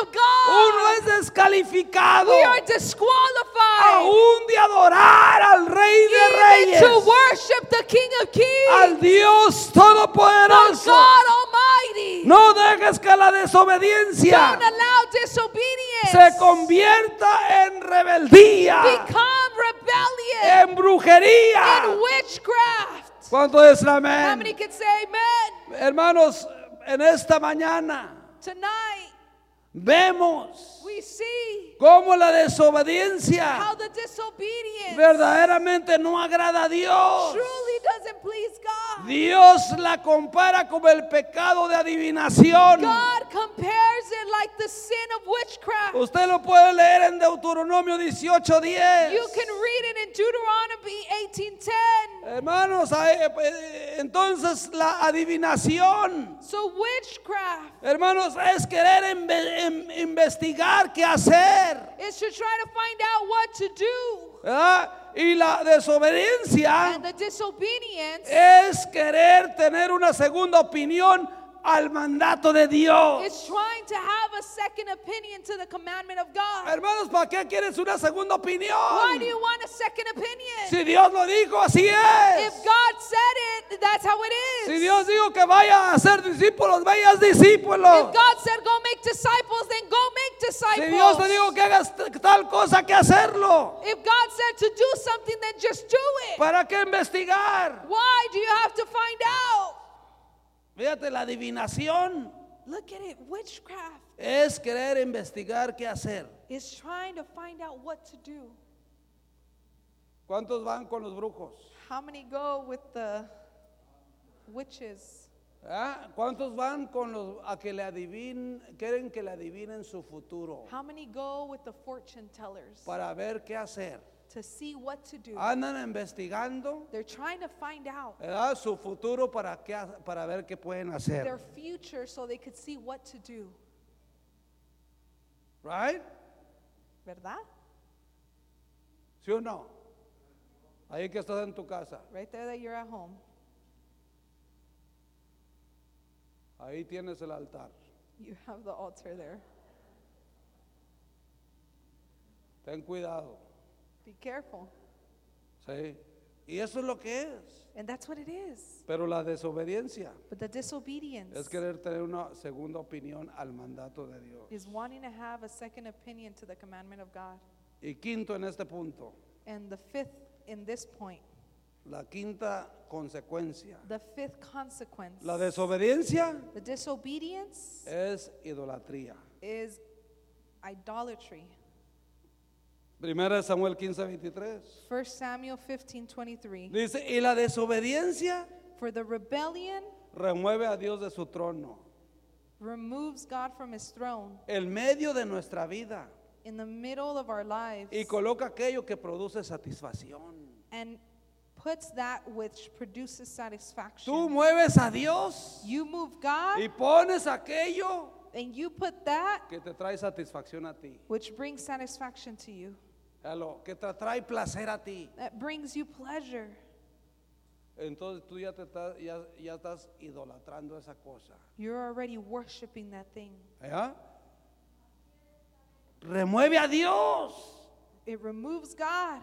of
Uno
God.
es descalificado
we are disqualified.
aún de adorar al Rey de
even
Reyes,
to worship the King of Kings,
al Dios
the
Todopoderoso.
God Almighty.
No dejes que la desobediencia
Don't allow disobedience
se convierta en rebeldía,
become rebellion
en brujería.
and witchcraft.
¿Cuánto es el
How many
amén?
can say amen?
Hermanos, en esta mañana
Tonight,
vemos
we see
cómo la
how
desobediencia
the disobedience
verdaderamente no agrada a Dios.
truly doesn't please God.
Dios la compara con el pecado de adivinación.
God compares it like the sin of witchcraft.
Usted lo puede leer en Deuteronomio
You
18:10.
can read it in Deuteronomy 18:10.
Hermanos, ahí, eh, eh, entonces la adivinación,
So witchcraft
hermanos, es querer inve- in- investigar qué hacer.
is to try to find out what to do.
¿verdad? Y la desobediencia
And the disobedience
es querer tener una segunda opinión al mandato de Dios.
is trying to have a second opinion to the commandment of God.
Hermanos, ¿para qué quieres una segunda
Why do
opinión?
you want a second opinion?
Oh. Si Dios lo dijo, así es.
If God said it, that's how it
Si
is.
Dios dijo que vaya a ser discípulos, vayas discípulos.
If God said go make disciples, then go make
Si Dios te
disciples.
dijo que hagas t- tal cosa, que hacerlo.
If God said to do something, then just do it.
¿Para qué investigar?
Why do you have to find out?
Fíjate, la adivinación
Look at it. Witchcraft
es querer investigar qué hacer.
is trying to find out what to do.
¿Cuántos van con los brujos?
How many go with the witches?
¿Ah? ¿Cuántos van con los a que le adivinen, quieren que le adivinen su futuro
How many go with the fortune tellers
para ver qué hacer?
to see what to do?
Andan investigando
They're trying to find out
¿verdad? su futuro para, qué ha- para ver qué pueden
their
hacer.
future so they could see what to do.
Right?
¿Verdad?
¿Sí o no? Ahí que estás en tu casa.
Right there that you're at home.
Ahí tienes el altar.
You have the altar there.
Ten cuidado.
Be careful.
¿sí? Y eso es lo que es.
And that's what it is.
Pero la desobediencia
But the disobedience
es querer tener una segunda opinión al mandato de Dios.
is wanting to have a second opinion to the commandment of God.
Y quinto en este punto,
And the fifth, in this point,
la quinta consecuencia.
the fifth consequence,
La desobediencia
the disobedience
es idolatría.
is idolatry.
Primera de Samuel 15, 23.
1 Samuel 15 23.
Dice, y la desobediencia
For the rebellion
remueve a Dios de su trono,
removes God from his throne
el medio de nuestra vida,
in the middle of our lives
y coloca aquello que produce satisfacción.
and puts that which produces satisfaction.
Tú mueves a Dios
you move God
y pones aquello
and you put that
que te trae satisfacción a ti,
which brings satisfaction to you,
a lo que te trae placer a ti.
that brings you pleasure.
Entonces tú ya, te estás, ya, ya estás idolatrando esa cosa.
You're already worshiping that thing.
¿Ya? Remueve a Dios
It removes God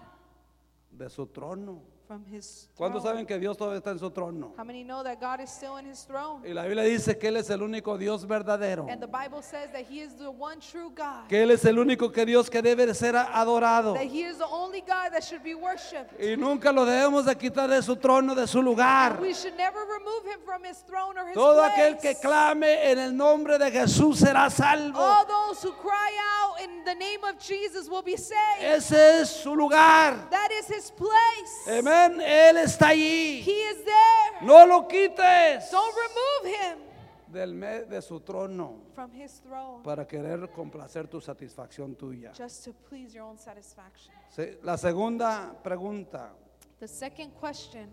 de su trono.
from his throne.
¿Cuántos saben que Dios todavía está en su trono?
How many know that God is still in his throne?
Y la Biblia dice que Él es el único Dios verdadero.
And the Bible says that he is the one true God,
Que Él es el único que Dios que debe de ser adorado.
that he is the only God that should be worshiped.
Y nunca lo debemos de quitar de su trono, de su lugar.
We should never remove him from his throne or his
Todo
place.
aquel que clame en el nombre de Jesús será salvo.
All those who cry out in the name of Jesus will be saved.
Ese es su lugar.
That is his place.
Amén. Él está
He
allí.
is there.
No lo quites
Don't remove him
del me- de su trono
from his throne
para querer complacer tu satisfacción tuya.
just to please your own satisfaction.
Sí, La segunda pregunta,
The second question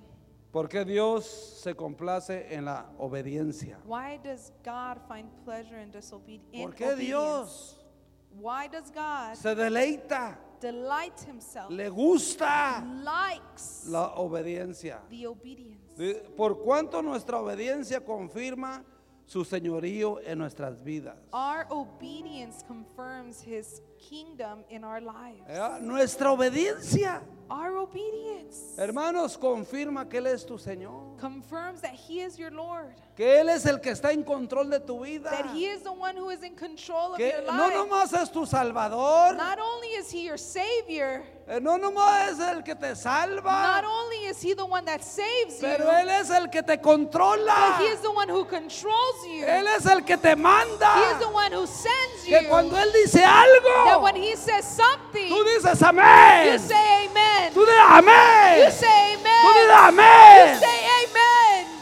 ¿por qué Dios se complace en la obediencia?
why does God find pleasure in disobedience?
¿Por qué Dios
Why does God
se deleita,
delight himself,
le gusta
likes
la obediencia?
the obedience?
Di- Por cuanto nuestra obediencia confirma su señorío en nuestras vidas.
Our obedience confirms his kingdom in our lives.
¿Eh? Nuestra ¿Eh? obediencia
Our obedience
Hermanos, confirma que Él es tu Señor.
confirms that He is your Lord,
Que Él es el que está en control de tu vida.
that He is the one who is in control of
Que
your
no
life.
nomás es tu Salvador.
Not only is He your Savior,
eh, No nomás es el que te
not
salva.
only is He the one that saves you,
Pero Él es el que te
but
controla.
He is the one who controls you.
Él es el que te
He is the
manda.
one who sends you.
Que cuando Él dice
that when
algo,
He says
tú
something,
dices amén.
you say Amen.
Tú dices amén.
You say
Tú dices
Amen. You
amén.
say Amen.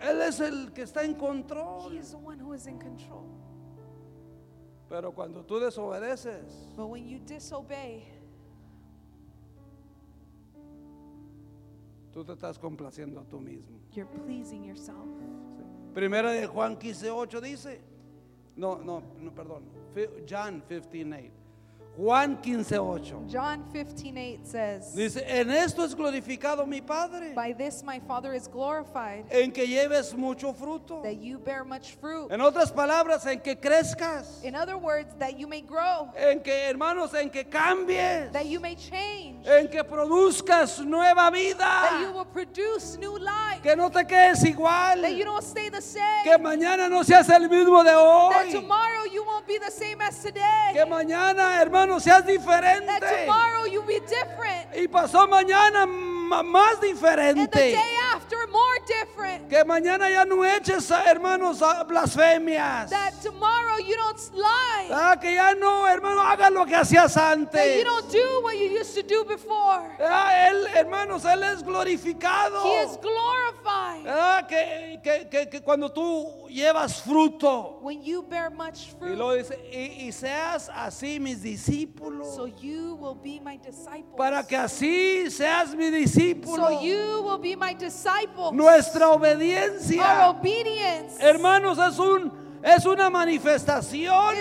Él es el que está en
He
control.
is the one who is in control.
Pero cuando tú desobedeces,
But when you disobey,
tú te estás complaciendo a tú mismo.
you're pleasing yourself.
Primera de Juan 15:8 dice. No, no, no, perdón. Fi- John 15:8. Juan 15:8.
John 15:8 says,
Dice, "En esto es glorificado mi Padre,
"By this my Father is glorified,
en que lleves mucho fruto."
that you bear much fruit."
En otras palabras, en que crezcas,
In other words, that you may grow,
en que hermanos, en que cambies,
that you may change,
en que produzcas nueva
that you
vida,
will produce new life,
que no te quedes igual,
that you don't stay the same,
que mañana no seas el mismo de
that
hoy,
tomorrow you won't be the same as today,
que mañana, hermano, seas
that
diferente.
tomorrow you'll be different,
Y pasó mañana ma- más
and the
diferente.
day after more different,
Que mañana ya no eches, ah, hermanos, ah, blasfemias.
that tomorrow you don't lie,
Ah, que ya no, hermano, haga lo que hacías
that
antes.
you don't do what you used to do before.
Ah, él, hermanos, él es glorificado.
He is glorified
Ah, que, que- que- que cuando tú llevas fruto.
when you bear much
Y
fruit.
lo dice, y, y seas así mis discípulos.
So you will be my disciple.
Para que así seas mi discípulo.
So you will be my disciple.
Nuestra obediencia.
Our obedience
Hermanos, es un es una
is a
manifestación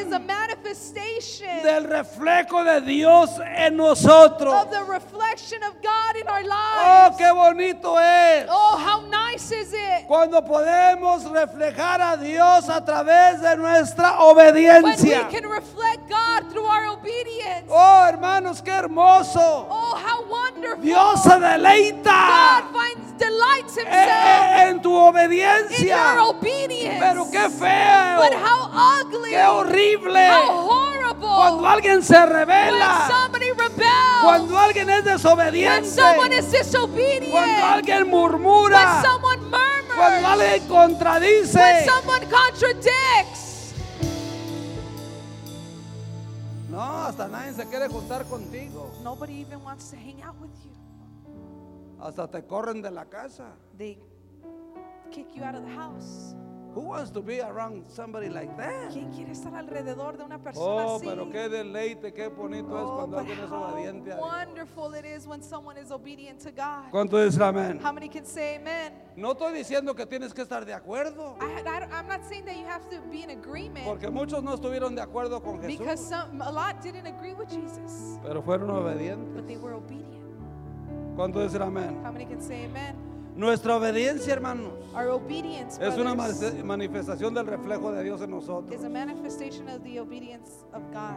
manifestation
del reflejo de Dios en nosotros.
of the reflection of God in our
Oh,
lives.
qué bonito es
Oh, how nice is it
cuando podemos reflejar a Dios a través de nuestra
when we
obediencia.
can reflect God through our obedience.
Oh, hermanos, qué hermoso.
Oh, how wonderful.
Dios se
God
deleita
finds delights
e-
himself
e- en tu
in
obediencia.
your obedience.
Pero qué
But
feo,
how ugly.
qué horrible
How horrible.
cuando alguien se
When
revela.
somebody rebels,
Cuando alguien es
when
desobediente,
someone is disobedient,
cuando alguien
when
murmura,
someone murmurs,
cuando alguien
when
contradice,
someone contradicts,
no, hasta nadie se quiere juntar contigo,
nobody even wants to hang out with you.
hasta te corren de la casa.
They kick you out of the house.
Who wants to be around somebody like that?
¿Quién quiere estar alrededor de una persona
Oh,
así?
pero qué deleite, qué bonito es
Oh,
cuando
but
alguien es obediente a
how
Dios.
wonderful it is when someone is obedient to God.
¿Cuánto dice amén?
How many can say amen?
No estoy diciendo que tienes que estar de acuerdo,
I, I, I'm not saying that you have to be in agreement
porque muchos no estuvieron de acuerdo con
because
Jesús,
some, a lot didn't agree with Jesus,
pero fueron obedientes.
but they were obedient.
¿Cuánto dice amén?
How many can say amen?
Nuestra obediencia, hermanos.
Our obedience
Es una
brothers,
manif- manifestación del reflejo de Dios en nosotros.
is a manifestation of the obedience of God.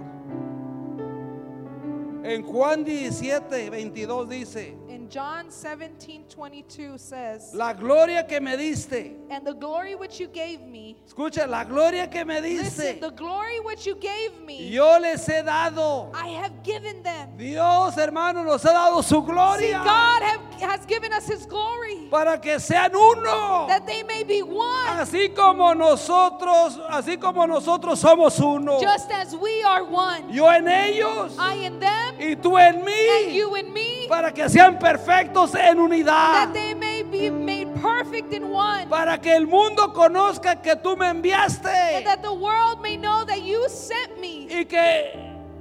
En Juan 17, 22 dice,
In John 17 22 says,
la gloria que me diste,
And the glory which you gave me,
escucha, la gloria que me
listen,
diste,
the glory which you gave me,
yo les he dado.
I have given them.
Dios, hermano, nos ha dado su
See,
gloria
God have, has given us His glory
para que sean uno.
that they may be one,
Así como nosotros, así como nosotros somos uno.
just as we are one.
Yo en ellos
I in them,
y tú en
and
mí,
you in me,
para que sean perfectos en unidad.
that they may be made perfect in one,
Para que el mundo conozca que tú me
and
enviaste
that the world may know that you sent me.
y que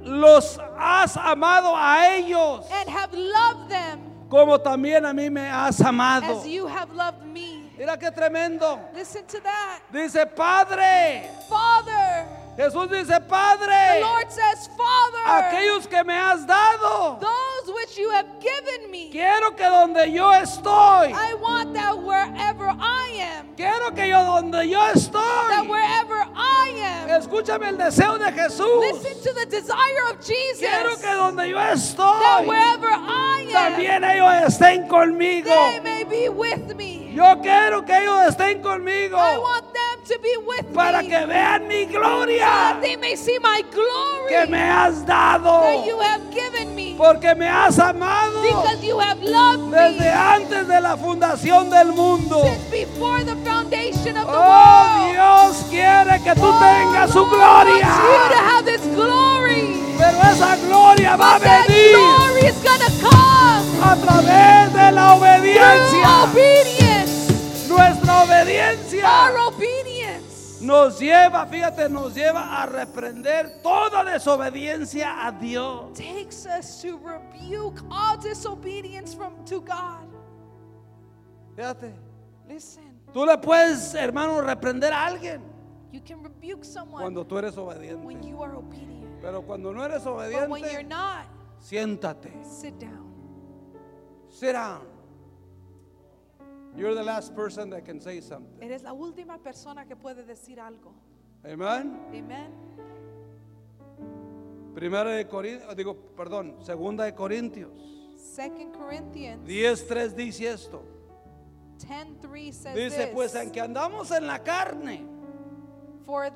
los has amado a ellos
and have loved them
como también a mí me has amado.
as you have loved me.
Mira qué tremendo.
Listen to that.
Dice, Padre,
Father,
Jesús dice,
the
Padre,
Lord says, Father,
Ah, aquellos que me has dado,
those which which you have given me.
Quiero que donde yo estoy,
I want that wherever I am,
quiero que yo donde yo
that
estoy,
wherever I am,
escúchame el deseo de
listen
Jesús.
to the desire of
Quiero que
Jesus,
donde yo
that
estoy,
wherever I am,
también ellos estén conmigo.
they may be with me.
Yo quiero que ellos estén conmigo
I want them to be with
para
me,
que vean mi
that
gloria
they may see my
que
glory
me has dado,
that you have given me,
porque me has amado
because you have loved
desde
me
antes de la fundación del mundo.
since before the foundation of the
Oh,
world.
Dios quiere que tú
Oh,
tengas su
Lord wants you to
gloria,
have this glory.
pero esa gloria va a
That
venir
glory is gonna come
a través de la
through
obediencia.
obedience.
Nuestra obediencia
Our obedience.
nos lleva, fíjate, nos lleva a reprender toda desobediencia a Dios.
Takes us to rebuke all disobedience from to God.
Fíjate,
Listen,
tú le puedes, hermano, reprender a alguien
you can rebuke someone
cuando tú eres
when
obediente.
you are obedient.
Pero cuando no eres
But when you're
obediente,
not,
siéntate.
sit down.
Sit down. You're the last person that can say something.
Eres la última persona que puede decir algo.
Amen.
Amen.
Primera de Corintios, digo, perdón, segunda de Corintios.
Second Corinthians
10.3 dice esto.
10:3 says
Dice, pues
this.
aunque andamos en la carne,
For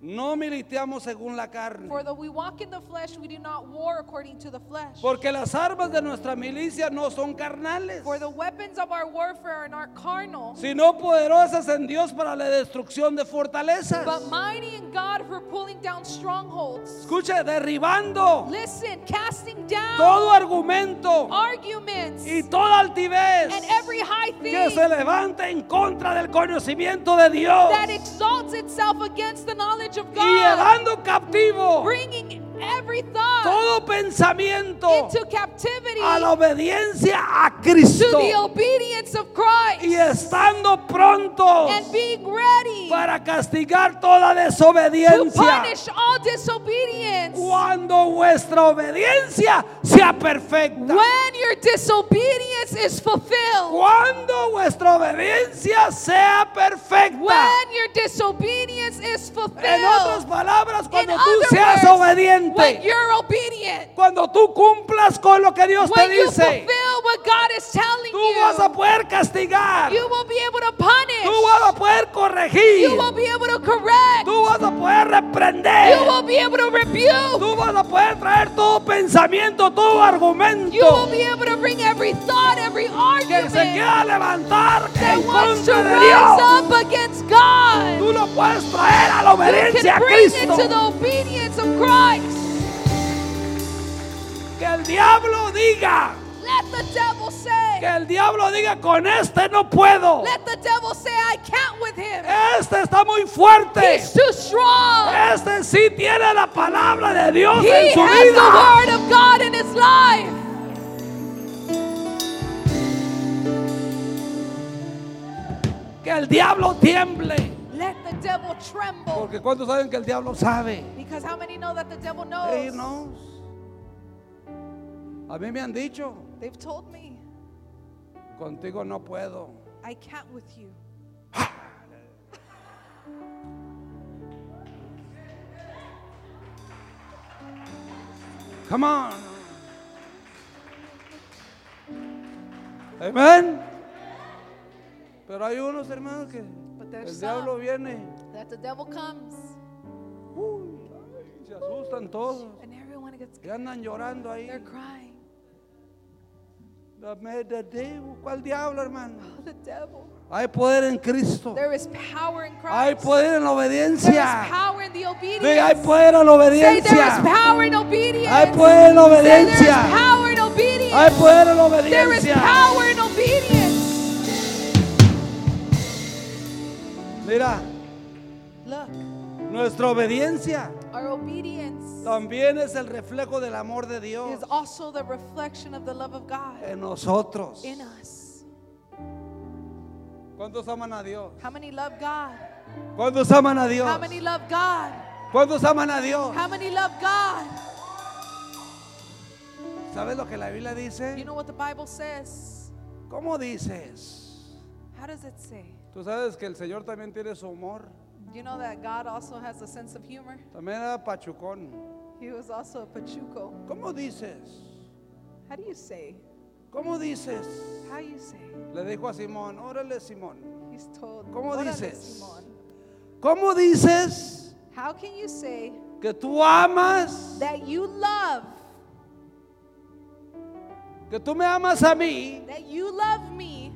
no militeamos según la carne.
For though we walk in the flesh, we do not war according to the flesh.
Porque las armas de nuestra milicia no son carnales,
For the weapons of our warfare are not carnal,
sino poderosas en Dios para la destrucción de fortalezas.
but mighty in God for pulling down strongholds.
Escucha, derribando
Listen, casting down
todo argumento
arguments
y
and
toda altivez
every high
que se
thing
levanta en contra del conocimiento de Dios
that exalts itself against the knowledge of
y
God,
llevando captivo
bringing every thought
todo pensamiento
into captivity
a la
to
obediencia a Cristo
the obedience of
y
Christ
estando pronto
and being ready
para castigar toda
to
desobediencia
punish all disobedience.
cuando vuestra obediencia sea perfecta.
When your disobedience is fulfilled,
Cuando vuestra obediencia sea perfecta.
when your disobedience is
En otras
fulfilled,
palabras,
in
cuando tú seas
other words, when
obediente,
you're obedient,
cuando tú cumplas con lo que Dios te
when you
dice,
fulfill what God is telling
tú vas a
you,
poder castigar,
you will be able to
tú
punish,
vas a poder corregir,
you will be able to correct,
tú vas a poder reprender,
you will be able to rebuke,
tú vas a poder traer todo pensamiento, todo
you will
argumento
be able to bring every thought, every
que se
argument
quiera levantar
that
en
wants to
contra de
rise
Dios.
up against God.
Tú lo puedes traer a la
You
obediencia a
can bring it to
Cristo.
the obedience of Christ.
Que el diablo diga,
Let the devil say,
que el diablo diga, con este no puedo.
let the devil say, I can't with him.
Este está muy fuerte.
He's too strong.
Este sí tiene la palabra de Dios
He
en su
has the
vida.
word of God in his life.
Que el diablo tiemble.
Let the devil tremble.
Porque ¿cuántos saben que el diablo sabe?
Because how many know that the devil
Sí,
knows?
no. A mí me han dicho,
They've told me,
contigo no puedo.
I can't with you.
Come on. Amén. Pero hay unos hermanos que
But there's
el diablo
some.
viene.
That the devil comes
uy, ay, se asustan todos.
and everyone gets,
Y andan llorando ahí.
they're crying.
Dame de Dios. ¿Cuál diablo, hermano?
Oh, the devil.
Hay poder en Cristo.
There is power in
Hay
Christ.
poder en la
There is
obediencia.
power in the
Diga, hay
obedience.
poder en la
Say there is
obediencia.
power in obedience.
Hay poder en la
Say there is
obediencia.
power in obedience.
Hay poder en la
There is
obediencia.
power in obedience.
Mira,
Look,
nuestra obediencia
our obedience
también es el reflejo del amor de Dios
is also the reflection of the love of God
en nosotros.
in us.
¿Cuántos aman a Dios?
How many love God?
¿Cuántos aman a Dios?
How many love God?
¿Cuántos aman a Dios?
How many love God?
¿Sabes lo que la Biblia
You
dice?
know what the Bible says?
¿Cómo dices?
How does it say?
Tú sabes que el Señor también tiene su humor.
You know that God also has a sense of humor?
También era pachucón.
He was also a pachuco.
¿Cómo dices?
How do you say?
¿Cómo dices?
How you say?
Le dijo a Simón, órale Simón.
He's told.
¿Cómo
"Órale,
dices?
Simón."
¿Cómo dices
How can you say
que tú amas?
that you love,
Que tú me amas a mí
that you love me,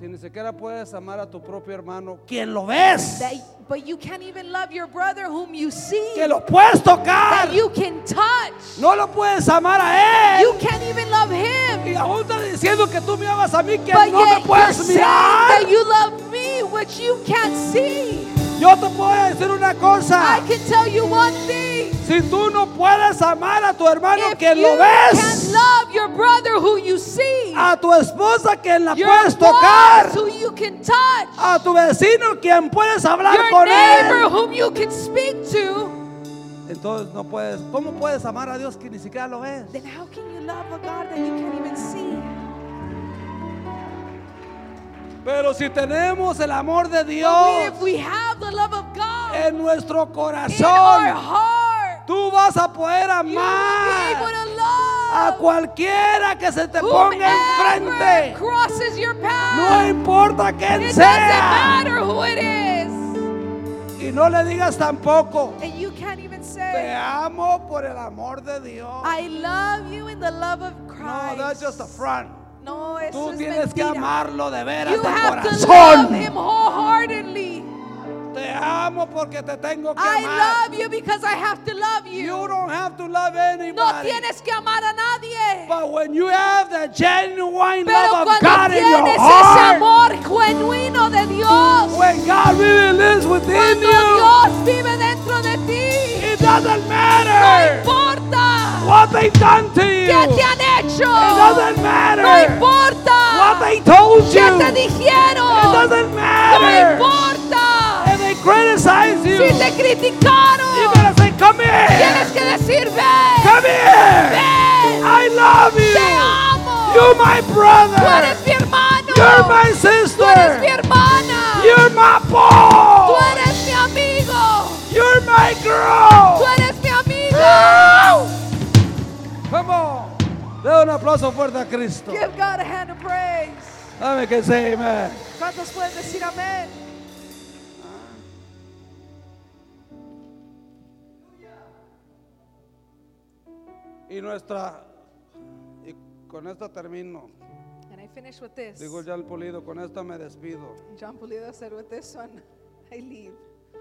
si ni siquiera puedes amar a tu propio hermano. ¿Quién lo ves?
that but you can't even love your brother whom you see,
Que lo puedes tocar.
that you can touch,
No lo puedes amar a él.
you can't even love him,
Y aún estás diciendo que tú me amas a mí, que
but
no me
yet you're
puedes
saying that
mirar.
you love me, which you can't see.
Yo te puedo decir una cosa.
I can tell you one thing:
Si tú no puedes amar a tu hermano
if
que
you
lo
can't
ves,
love your brother who you see,
a tu esposa quien la
your
puedes tocar,
boss who you can touch,
a tu vecino quien puedes hablar
your
con
neighbor
él,
whom you can speak to.
entonces no puedes. ¿Cómo puedes amar a Dios que ni siquiera lo ves?
Then how can you love a God that you can't even see?
Pero si tenemos el amor de
But we-
Dios
if we have the love of God
en nuestro
in our
corazón,
heart,
tú vas a poder
you will be able
amar
to
a
love
cualquiera que se te ponga
whomever
enfrente.
crosses your
No
path.
importa
It
quién
doesn't
sea.
matter who it is.
Y no le digas tampoco.
And you can't even
Te
say,
amo por el amor de Dios.
I love you in the love of
No, that's just a
Christ.
front.
No, eso
Tú
es
tienes que
mentira.
amarlo de veras
You
de
have to love him
corazón.
wholeheartedly.
Te amo porque te tengo que
I
amar.
love you because I have to love
You don't have to love anybody.
No tienes que amar a nadie.
But when you have the genuine
Pero
love of God
cuando
in your
tienes ese
heart,
amor genuino de Dios,
when God really lives within
cuando
you,
Dios vive dentro de ti,
it doesn't
no
matter
importa
what they've done to
qué te
you.
han hecho.
It doesn't
No
matter what
importa
they told
qué
you.
te
It
dijeron.
doesn't
No
matter.
importa
And they criticize you.
si te
You
criticaron.
gotta say, come here.
Tienes que decir, ven,
Come here.
ven,
I love
te
you.
amo.
You're my
Tú eres
brother.
mi hermano.
You're my
Tú eres mi
sister.
hermana.
You're my
Tú
boy.
eres mi amigo.
You're my
Tú
girl.
eres mi amigo.
Ow! Come on. Da un aplauso fuerte a Cristo.
Give God a hand of praise.
Dame que say amen.
¿Cuántos pueden decir amén?
Y nuestra. Y con esta termino.
And I finish with this.
Digo ya el polido, con esta me despido.
John Pulido said with this one, (laughs) I leave.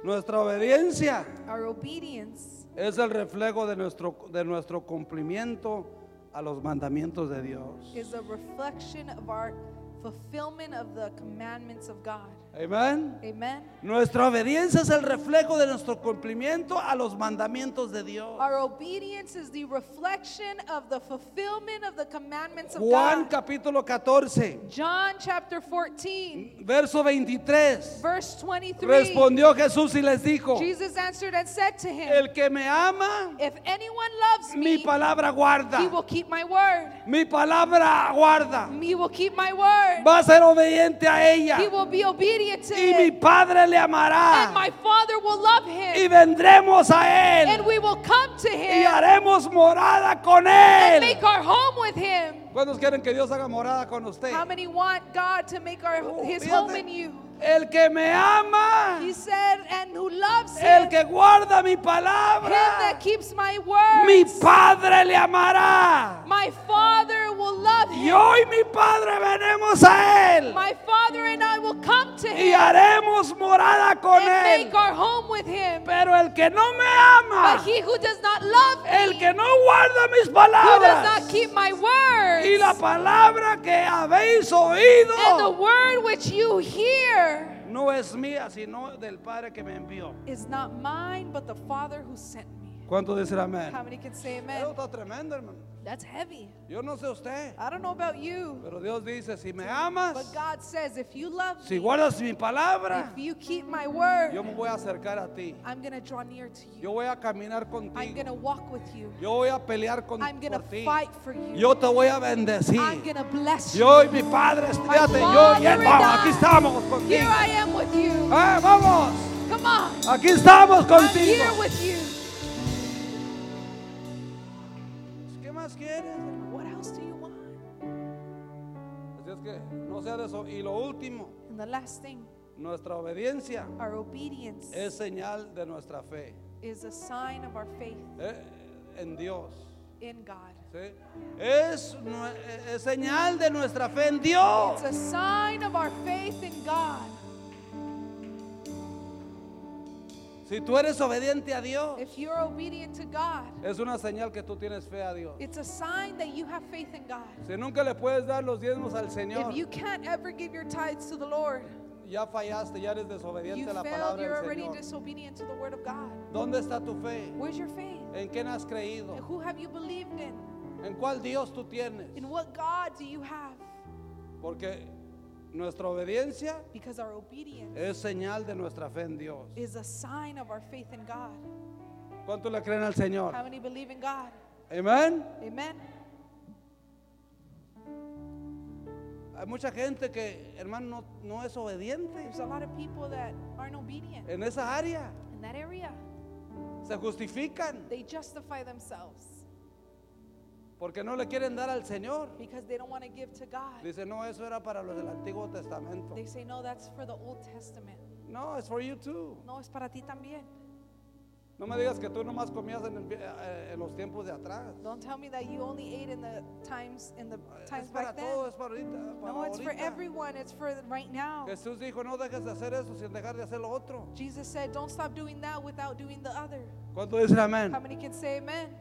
Nuestra obediencia
Our obedience
es el reflejo de nuestro, de nuestro cumplimiento a los mandamientos de Dios.
is a reflection of our fulfillment of the commandments of God.
Amén.
Amen.
Nuestra obediencia es el reflejo de nuestro cumplimiento a los mandamientos de Dios.
Our obedience is the reflection of the fulfillment of the commandments of
Juan
God.
capítulo 14,
John chapter 14,
verso 23.
verse 23.
Respondió Jesús y les dijo,
Jesus answered and said to him,
el que me ama,
If anyone loves
mi
me,
palabra guarda.
he will keep my word.
Mi palabra guarda.
He will keep my word.
Va a ser obediente a ella.
He will be obedient to
Y mi
it.
Padre le amará.
And my Father will love
y
him.
vendremos a
And
Él
we will come to
y
him
haremos morada con
and
Él.
make our home with him.
¿Cuántos quieren que Dios haga morada con usted?
How many want God to make our, his
Fíjate,
home in you?
El que me ama,
He said, and who loves
el
him, him
que guarda mi
that
palabra,
keeps my
mi
word,
Padre le amará.
my Father will love
Y
him.
hoy mi Padre venemos a Él
My Father and I will come to
y
him
haremos morada con
and
Él.
make our home with him.
Pero el que no me ama,
But he who does not love
el
me,
que no guarda mis
who does not
palabras
keep my
y
words,
la palabra que habéis
and the
oído,
word which you hear
no es mía, sino del Padre que me envió.
is not mine, but the Father who sent me.
¿Cuánto dicen amén?
How many can say
Eso
amen?
está tremendo, hermano.
That's heavy.
Yo no sé usted,
I don't know about you,
pero Dios dice, si me
but
amas,
God says, if you love
si
me,
guardas mi
if
palabra,
you keep my
yo
word,
me voy a acercar a ti.
I'm going to draw near to you.
Yo voy a caminar
I'm
contigo.
going to walk with you.
Yo voy a pelear con,
I'm going
por
to
ti.
fight for you.
Yo te voy a
I'm
bendecir.
going to bless you.
Yo y mi Padre, fíjate, yo y
Father
él,
and
vamos, aquí
I.
estamos
Here
contigo.
I am with you.
Ah, vamos,
Come on.
aquí estamos
I'm here
contigo.
with you.
Pues, ¿Qué más quieres?
What else do you want?
Así es que no sea de eso. Y lo último,
And the last thing,
nuestra obediencia
our obedience
es señal de nuestra fe
is a sign of our faith
eh, en Dios.
in God.
¿sí? Es, nue- eh, es señal de nuestra fe en Dios.
It's a sign of our faith in God.
Si tú eres obediente a Dios,
If you're obedient to God,
es una señal que tú tienes fe a Dios.
it's a sign that you have faith in God.
Si nunca le puedes dar los diezmos al Señor,
If you can't ever give your tithes to the Lord,
ya fallaste, ya eres
you
desobediente a la
failed,
palabra
you're
del
already
Señor.
disobedient to the word of God.
¿Dónde está tu fe?
Where's your faith?
¿En quién has
And
creído?
who have you believed in?
¿En cuál Dios tú tienes?
In what God do you have?
Porque nuestra obediencia
Because our obedience
es señal de nuestra fe en Dios.
is a sign of our faith in God.
¿Cuánto le creen al Señor?
How many believe in God?
Amén.
Amen.
Hay mucha gente que, hermano, no, no es obediente
There's a lot of people that aren't obedient
en esa área.
in that area.
Se justifican
They justify themselves
porque no le quieren dar al Señor.
because they don't want to give to God.
Dice, no, eso era para los del Antiguo Testamento.
They say, no, that's for the Old Testament.
No, es for you too.
No, es para ti también.
No me digas que tú nomás comías en, el vie- eh, en los tiempos de atrás.
Don't tell me that you only ate in the times in the
Es
times
para
back then.
todo, es para ahorita. para
No, it's for
ahorita.
everyone. It's for right now.
Jesús dijo, no dejes de hacer eso sin dejar de hacer lo otro.
Jesus said, don't stop doing that without doing the other.
¿Cuánto dicen amén?
How many can say amen?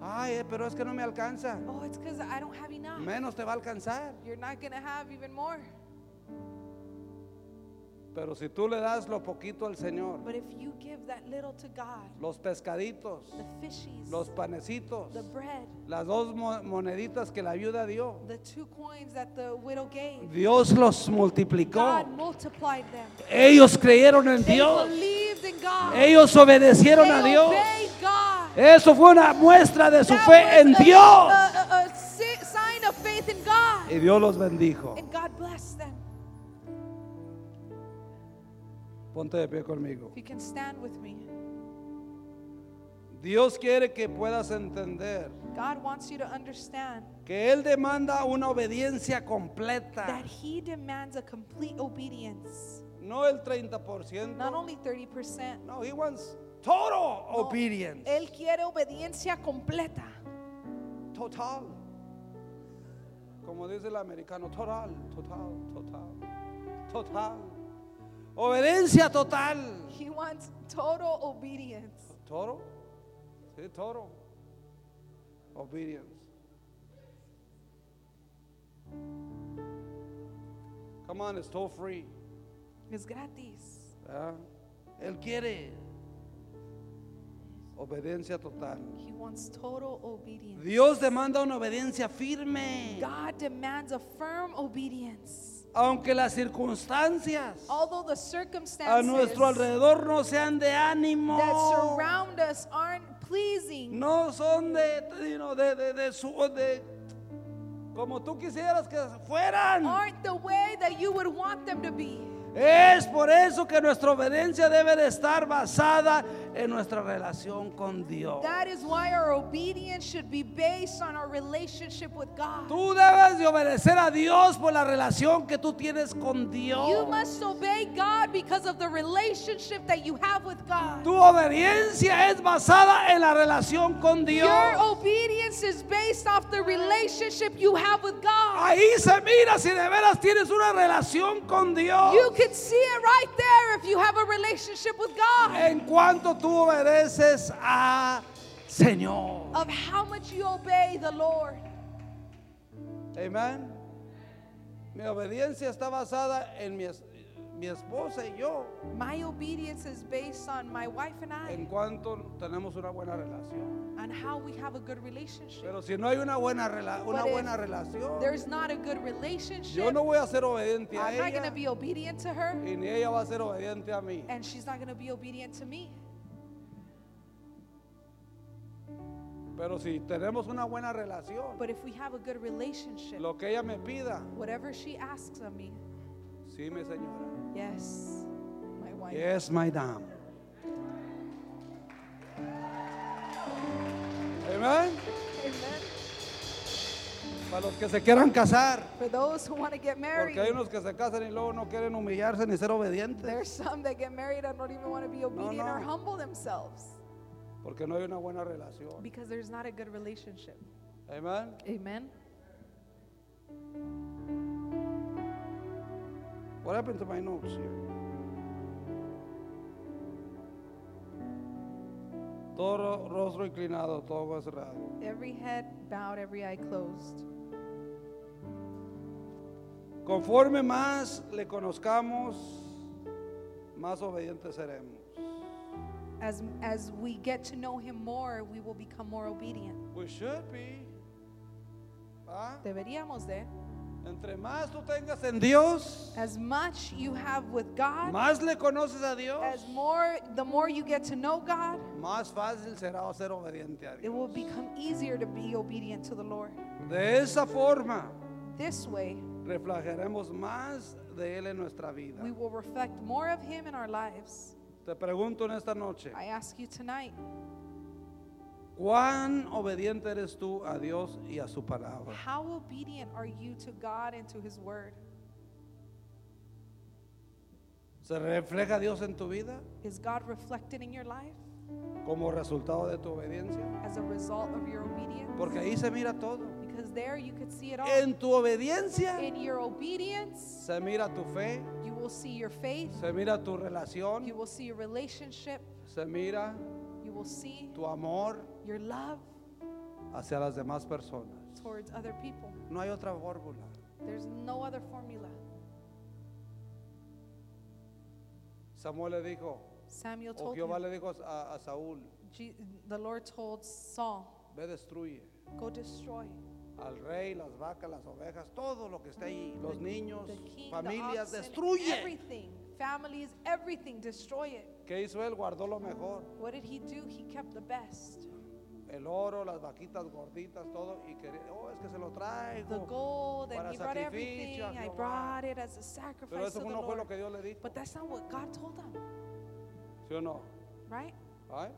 Ay, eh, pero es que no me alcanza.
Oh, it's because I don't have enough.
Menos te va a alcanzar.
You're not going to have even more.
Pero si tú le das lo poquito al Señor,
But if you give that little to God,
los pescaditos,
the fishies,
los panecitos,
the bread,
las dos mo- moneditas que la viuda dio,
the two coins that the widow gave,
Dios los multiplicó.
God multiplied them.
Ellos creyeron en
They
Dios.
believed in God.
Ellos obedecieron
They
a Dios.
obeyed God.
Eso fue una muestra de su
That
fe
was
en
a-
Dios.
A, a- a si- sign of faith in God.
Y Dios los bendijo.
And God bless them.
Ponte de pie conmigo.
If you can stand with me,
Dios quiere que puedas entender
God wants you to understand
que Él demanda una obediencia completa,
that He demands a complete obedience,
no el
not
30%.
only 30%.
No, He wants total
no.
obedience.
Él quiere obediencia completa.
Total. Como dice el americano, total, total, total, total. Obediencia total.
He wants total obedience.
Toro. Sí, toro. Obedience. Come on, it's toll free.
Es gratis.
¿verdad? Ah. Él quiere obediencia total.
He wants total obedience.
Dios demanda una obediencia firme.
God demands a firm obedience.
Aunque las circunstancias
Although the
a
circumstances
nuestro alrededor no sean de
that
ánimo,
surround us aren't pleasing,
no son de, you know, de, de, de su, de, como tú quisieras que fueran.
aren't the way that you would want them to be.
Es por eso que nuestra obediencia debe de estar basada en nuestra relación con Dios.
That is why our obedience should be based on our relationship with God.
Tú debes de obedecer a Dios por la relación que tú tienes con
You
Dios.
must obey God because of the relationship that you have with God.
Tu obediencia es basada en la relación con Dios.
Your obedience is based off the relationship you have with God.
Ahí se mira si de veras tienes una relación con Dios.
You can see it right there if you have a relationship with God
En cuanto tú obedeces a Señor.
of how much you obey the Lord.
Amén. Mi obediencia está basada en mi, es- mi esposa y yo
My obedience is based on my wife and I
en cuanto tenemos una buena relación.
and how we have a good relationship.
Pero si no hay una buena, rela- una
But if
buena relación,
There's not a good
yo
relationship.
no voy a ser obediente a
I'm not going to
ella
be Eh. obedient to her,
y ni ella va a ser obediente a mí.
and she's not going to be obedient to me.
Pero si tenemos una buena relación,
But if we have a good relationship,
lo que ella me pida,
whatever she asks of me,
sí, mi señora.
yes, my wife.
Yes, my dam. Amen.
(laughs) Amen.
Para los que se quieran casar,
For those who want to get married,
porque hay unos que se casan y luego no quieren humillarse ni ser obedientes,
there's some that get married and don't even want to be obedient or
no.
humble themselves
porque no hay una buena relación.
because there's not a good relationship.
Amen.
Amen.
What happened to my notes here? Todo ro- rostro inclinado, todo ojo cerrado.
Every head bowed, every eye closed.
Conforme más le conozcamos, más obedientes seremos.
As, as we get to know him more, we will become more obedient.
We should be. ¿Ah?
Deberíamos de.
Entre más tú tengas en Dios,
As much you have with God,
más le conoces a Dios,
as more, the more you get to know God,
más fácil será ser obediente a
it
Dios.
will become easier to be obedient to the Lord.
De esa forma,
This way,
reflejaremos más de Él en nuestra vida.
we will reflect more of him in our lives.
Te pregunto en esta noche,
I ask you tonight,
¿cuán obediente eres tú a Dios y a su palabra?
how obedient are you to God and to his word?
¿Se refleja Dios en tu vida
Is God reflected in your life
como resultado de tu obediencia?
as a result of your obedience?
Porque ahí se mira todo.
Because there you could see it all.
En tu obediencia
In your obedience,
se mira tu fe,
you will see your faith,
se mira tu
you
relación,
will see your relationship,
se mira
you will see
tu amor
your love
hacia las demás personas.
towards other people.
No hay otra fórmula.
There's no other formula.
Samuel le dijo,
Samuel
o
told
Jehová
him,
le dijo a, a Saúl,
Je- the Lord told Saul,
ve destruye
go destroy
al rey, las vacas, las ovejas, todo lo que está ahí, los niños,
the king, the
familias,
oxen,
destruye.
everything, families, everything, destroy it.
¿Qué hizo él? Guardó lo mejor,
What did he do? He kept the best.
el oro, las vaquitas gorditas, todo, y quería, oh, es que se lo
The
traigo.
gold, and
para
he brought
sacrificio a
everything. I
Jehová.
brought it as a
Pero
sacrifice to
eso
the
no fue
Lord.
lo que Dios le dijo,
But that's not what God told him,
¿sí o no?
right?
Ay,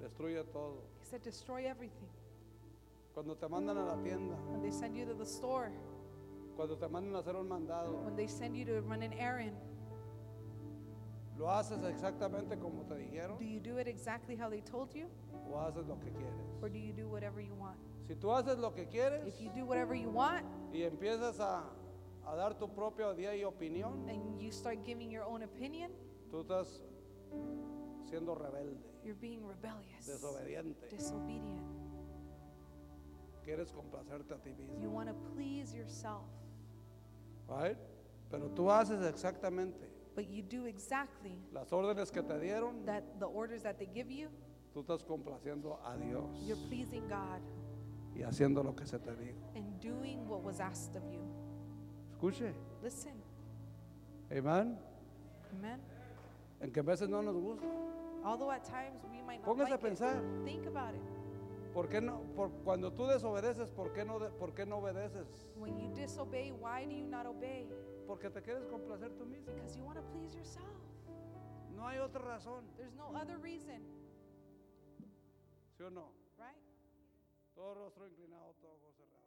Destruye todo.
He said, destroy everything.
Cuando te mandan a la tienda,
When they send you to the store,
cuando te mandan a hacer un mandado,
when they send you to run an errand,
¿lo haces exactamente como te dijeron
do you do it exactly how they told you?
o haces lo que quieres?
Or do you do whatever you want?
Si tú haces lo que quieres
If you do whatever you want
y empiezas a, a dar tu propia idea y opinión,
and you start giving your own opinion,
tú estás siendo rebelde,
you're being rebellious,
desobediente.
disobedient.
Quieres complacerte a ti mismo.
You want to please yourself,
right? Pero tú haces exactamente
but you do exactly
las órdenes que te dieron,
that the orders that they give you,
tú estás complaciendo a Dios
you're pleasing God
y haciendo lo que se te dijo.
and doing what was asked of you.
Escuche,
Listen,
amén.
amen.
En que a veces no nos gusta.
Although at times we might not
Póngase a
like it,
pensar.
think about it.
¿Por qué no? Por, cuando tú desobedeces, ¿por qué no, de- por qué no obedeces?
When you disobey, why do you not obey?
Porque te quieres complacer tú mismo.
Because you want to please yourself.
No hay otra razón,
There's no other reason,
¿sí o no?
right?
Todo rostro inclinado, todo ojo cerrado.